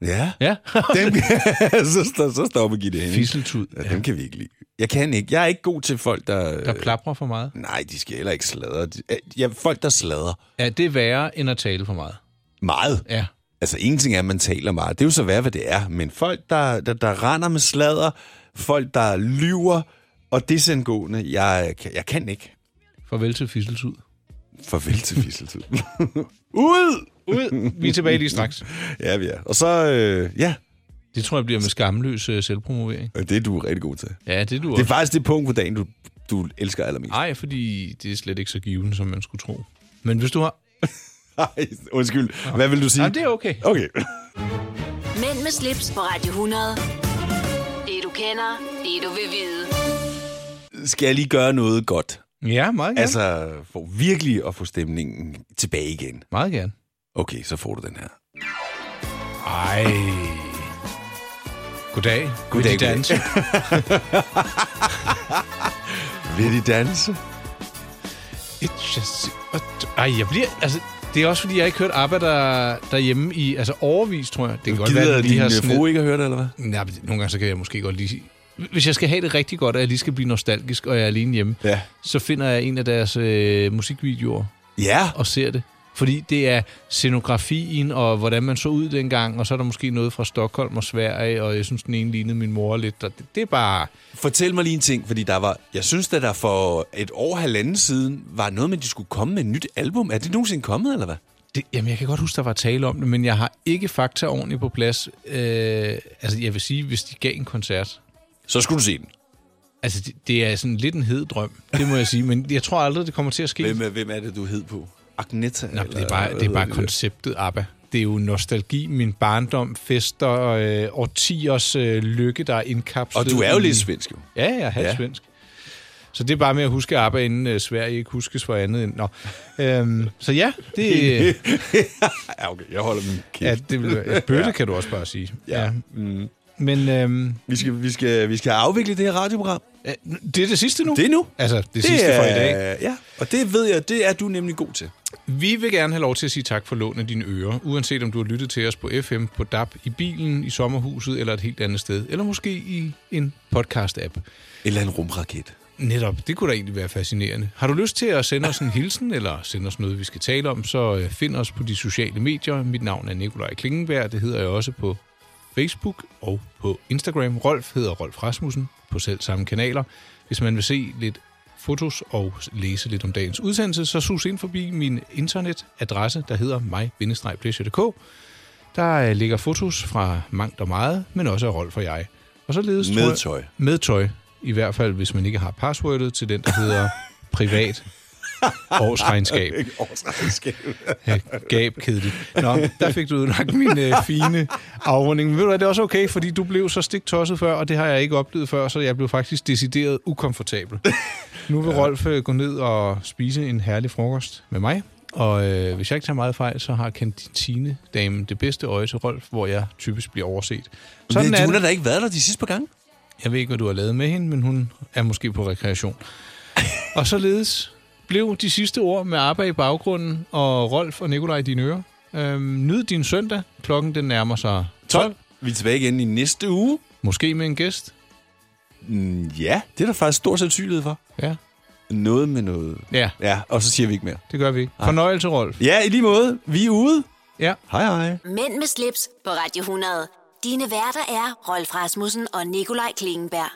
B: Ja.
C: [laughs] Ja.
B: dem, [laughs] så, så, så stopper Gitte Henning.
C: Fisseltud.
B: Ja, dem kan vi ikke lide. Jeg kan ikke. Jeg er ikke god til folk, der...
C: Der plaprer for meget.
B: Nej, de skal heller ikke sladre. De- øh, Ja, folk, der sladrer.
C: Ja, det er værre end at tale for meget.
B: Meget.
C: Ja.
B: Altså, en ting er, at man taler meget. Det er jo så værd, hvad det er. Men folk, der, der, der render med sladder, folk, der lyver, og desangående, jeg, kan- jeg kan ikke.
C: Farvel til Fisseltud.
B: Farvel til Fisseltud. [laughs] Ud!
C: Ud! Vi er tilbage lige straks.
B: ja, vi er. Og så, øh, ja,
C: Det tror jeg bliver med skamløs øh, selvpromovering.
B: og det er du rigtig god til.
C: Ja, det er du
B: Det er
C: også.
B: faktisk det punkt på dagen, du, du elsker [laughs] allermest.
C: Nej, fordi det er slet ikke så given, som man skulle tro. Men hvis du har...
B: Nej, undskyld. Hvad vil du sige?
C: Jamen, det er okay.
B: Okay.
A: Mænd med slips på Radio 100. Det du kender, det du vil vide.
B: Skal jeg lige gøre noget godt?
C: Ja, meget gerne.
B: Altså, for virkelig at få stemningen tilbage igen.
C: Meget gerne.
B: Okay, så får du den her.
C: Ej. Goddag.
B: Goddag,
C: Vil de
B: goddag.
C: [laughs] danse?
B: Vil de danse?
C: It's just- Ej, jeg bliver... Altså, det er også, fordi jeg ikke hørt ABBA der, derhjemme i altså overvis, tror jeg. Det kan godt
B: Gider
C: være, at de
B: din,
C: har
B: øh,
C: sådan
B: frue
C: et-
B: ikke at høre det, eller hvad?
C: Nej, men nogle gange så kan jeg måske godt lige... Hvis jeg skal have det rigtig godt, og jeg lige skal blive nostalgisk, og jeg er alene hjemme,
B: ja.
C: så finder jeg en af deres øh, musikvideoer
B: ja.
C: og ser det. Fordi det er scenografien, og hvordan man så ud dengang, og så er der måske noget fra Stockholm og Sverige, og jeg synes, den ene lignede min mor lidt. Og det, det er bare...
B: Fortæl mig lige en ting, fordi der var, jeg synes, at der for et år og halvanden siden var noget med, at de skulle komme med et nyt album. Er det nogensinde kommet, eller hvad?
C: Det, jamen, jeg kan godt huske, der var tale om det, men jeg har ikke fakta ordentligt på plads. Øh, altså, jeg vil sige, hvis de gav en koncert...
B: Så skulle du se den.
C: Altså, det, det er sådan lidt en hed drøm, det må jeg sige, men jeg tror aldrig, det kommer til at ske.
B: Hvem, er- hvem er det, du hed på? Agneta?
C: Nå,
B: eller Øh,
C: det er bare,
B: hvad
C: det er bare
B: hedder
C: konceptet ABBA. Det er jo nostalgi, min barndom, fester, øh, årtiers øh, lykke, der er indkapslet.
B: Og du er jo
C: i-
B: lidt svensk, jo.
C: Ja, jeg er halvt
B: Ja.
C: ja. svensk. Så det er bare med at huske ABBA, inden øh, Sverige ikke huskes for andet end... Nå. Øhm, så ja,
B: [laughs]
C: det, øh,
B: ja, okay, jeg holder min kæft.
C: ja, det vil, ja, bøtte kan du også bare sige.
B: Ja. ja. Mm.
C: Men øhm,
B: Vi, skal, vi, skal, vi skal afvikle det her radioprogram.
C: øh, det er det sidste nu.
B: Det er nu.
C: Altså, det, det sidste for i dag.
B: er- Ja, og det ved jeg, det er du nemlig god til.
C: Vi vil gerne have lov til at sige tak for lån af dine ører, uanset om du har lyttet til os på FM, på DAB, i bilen, i sommerhuset eller et helt andet sted, eller måske i en podcast-app.
B: Eller en rumraket.
C: Netop, det kunne da egentlig være fascinerende. Har du lyst til at sende os en hilsen, eller sende os noget, vi skal tale om, så øh, find os på de sociale medier. Mit navn er Nikolaj Klingenberg, det hedder jeg også på Facebook og på Instagram. Rolf hedder Rolf Rasmussen på selv samme kanaler. Hvis man vil se lidt fotos og læse lidt om dagens udsendelse, så sus ind forbi min internetadresse, der hedder mig-pleasure.dk. Der øh, ligger fotos fra mangt og meget, men også af Rolf og jeg. Og således tror
B: Med
C: jeg-
B: tøj.
C: Med tøj. I hvert fald, hvis man ikke har passwordet til den, der
B: [laughs]
C: hedder privat årsregnskab. Ja, Gab, kedeligt. Nå, der fik du udlagt min øh, fine afrunding. Men ved du hvad, det er også okay, fordi du blev så stiktosset før, og det har jeg ikke oplevet før, så jeg blev faktisk decideret ukomfortabel. Nu vil Rolf øh, gå ned og spise en herlig frokost med mig. Og øh, hvis jeg ikke tager meget fejl, så har kantinedamen det bedste øje til Rolf, hvor jeg typisk bliver overset.
B: Sådan
C: er
B: hun har
C: det.
B: da ikke været der de sidste par gange.
C: Jeg ved ikke, hvad du har lavet med hende, men hun er måske på rekreation. og således blev de sidste ord med arbejde i baggrunden, og Rolf og Nikolaj i dine ører. Øhm, nyd din søndag. Klokken den nærmer sig 12.
B: 12. Vi er tilbage igen i næste uge.
C: Måske med en gæst.
B: Mm, Ja, det er der faktisk stor sandsynlighed for.
C: Ja.
B: Noget med noget.
C: Ja,
B: Ja, og så siger vi ikke mere.
C: det gør vi ikke. Fornøjelse, Rolf.
B: Ja, i lige måde. Vi er ude.
C: Ja.
B: Hej hej.
A: Mænd med slips på Radio 100. Dine værter er Rolf Rasmussen og Nikolaj Klingenberg.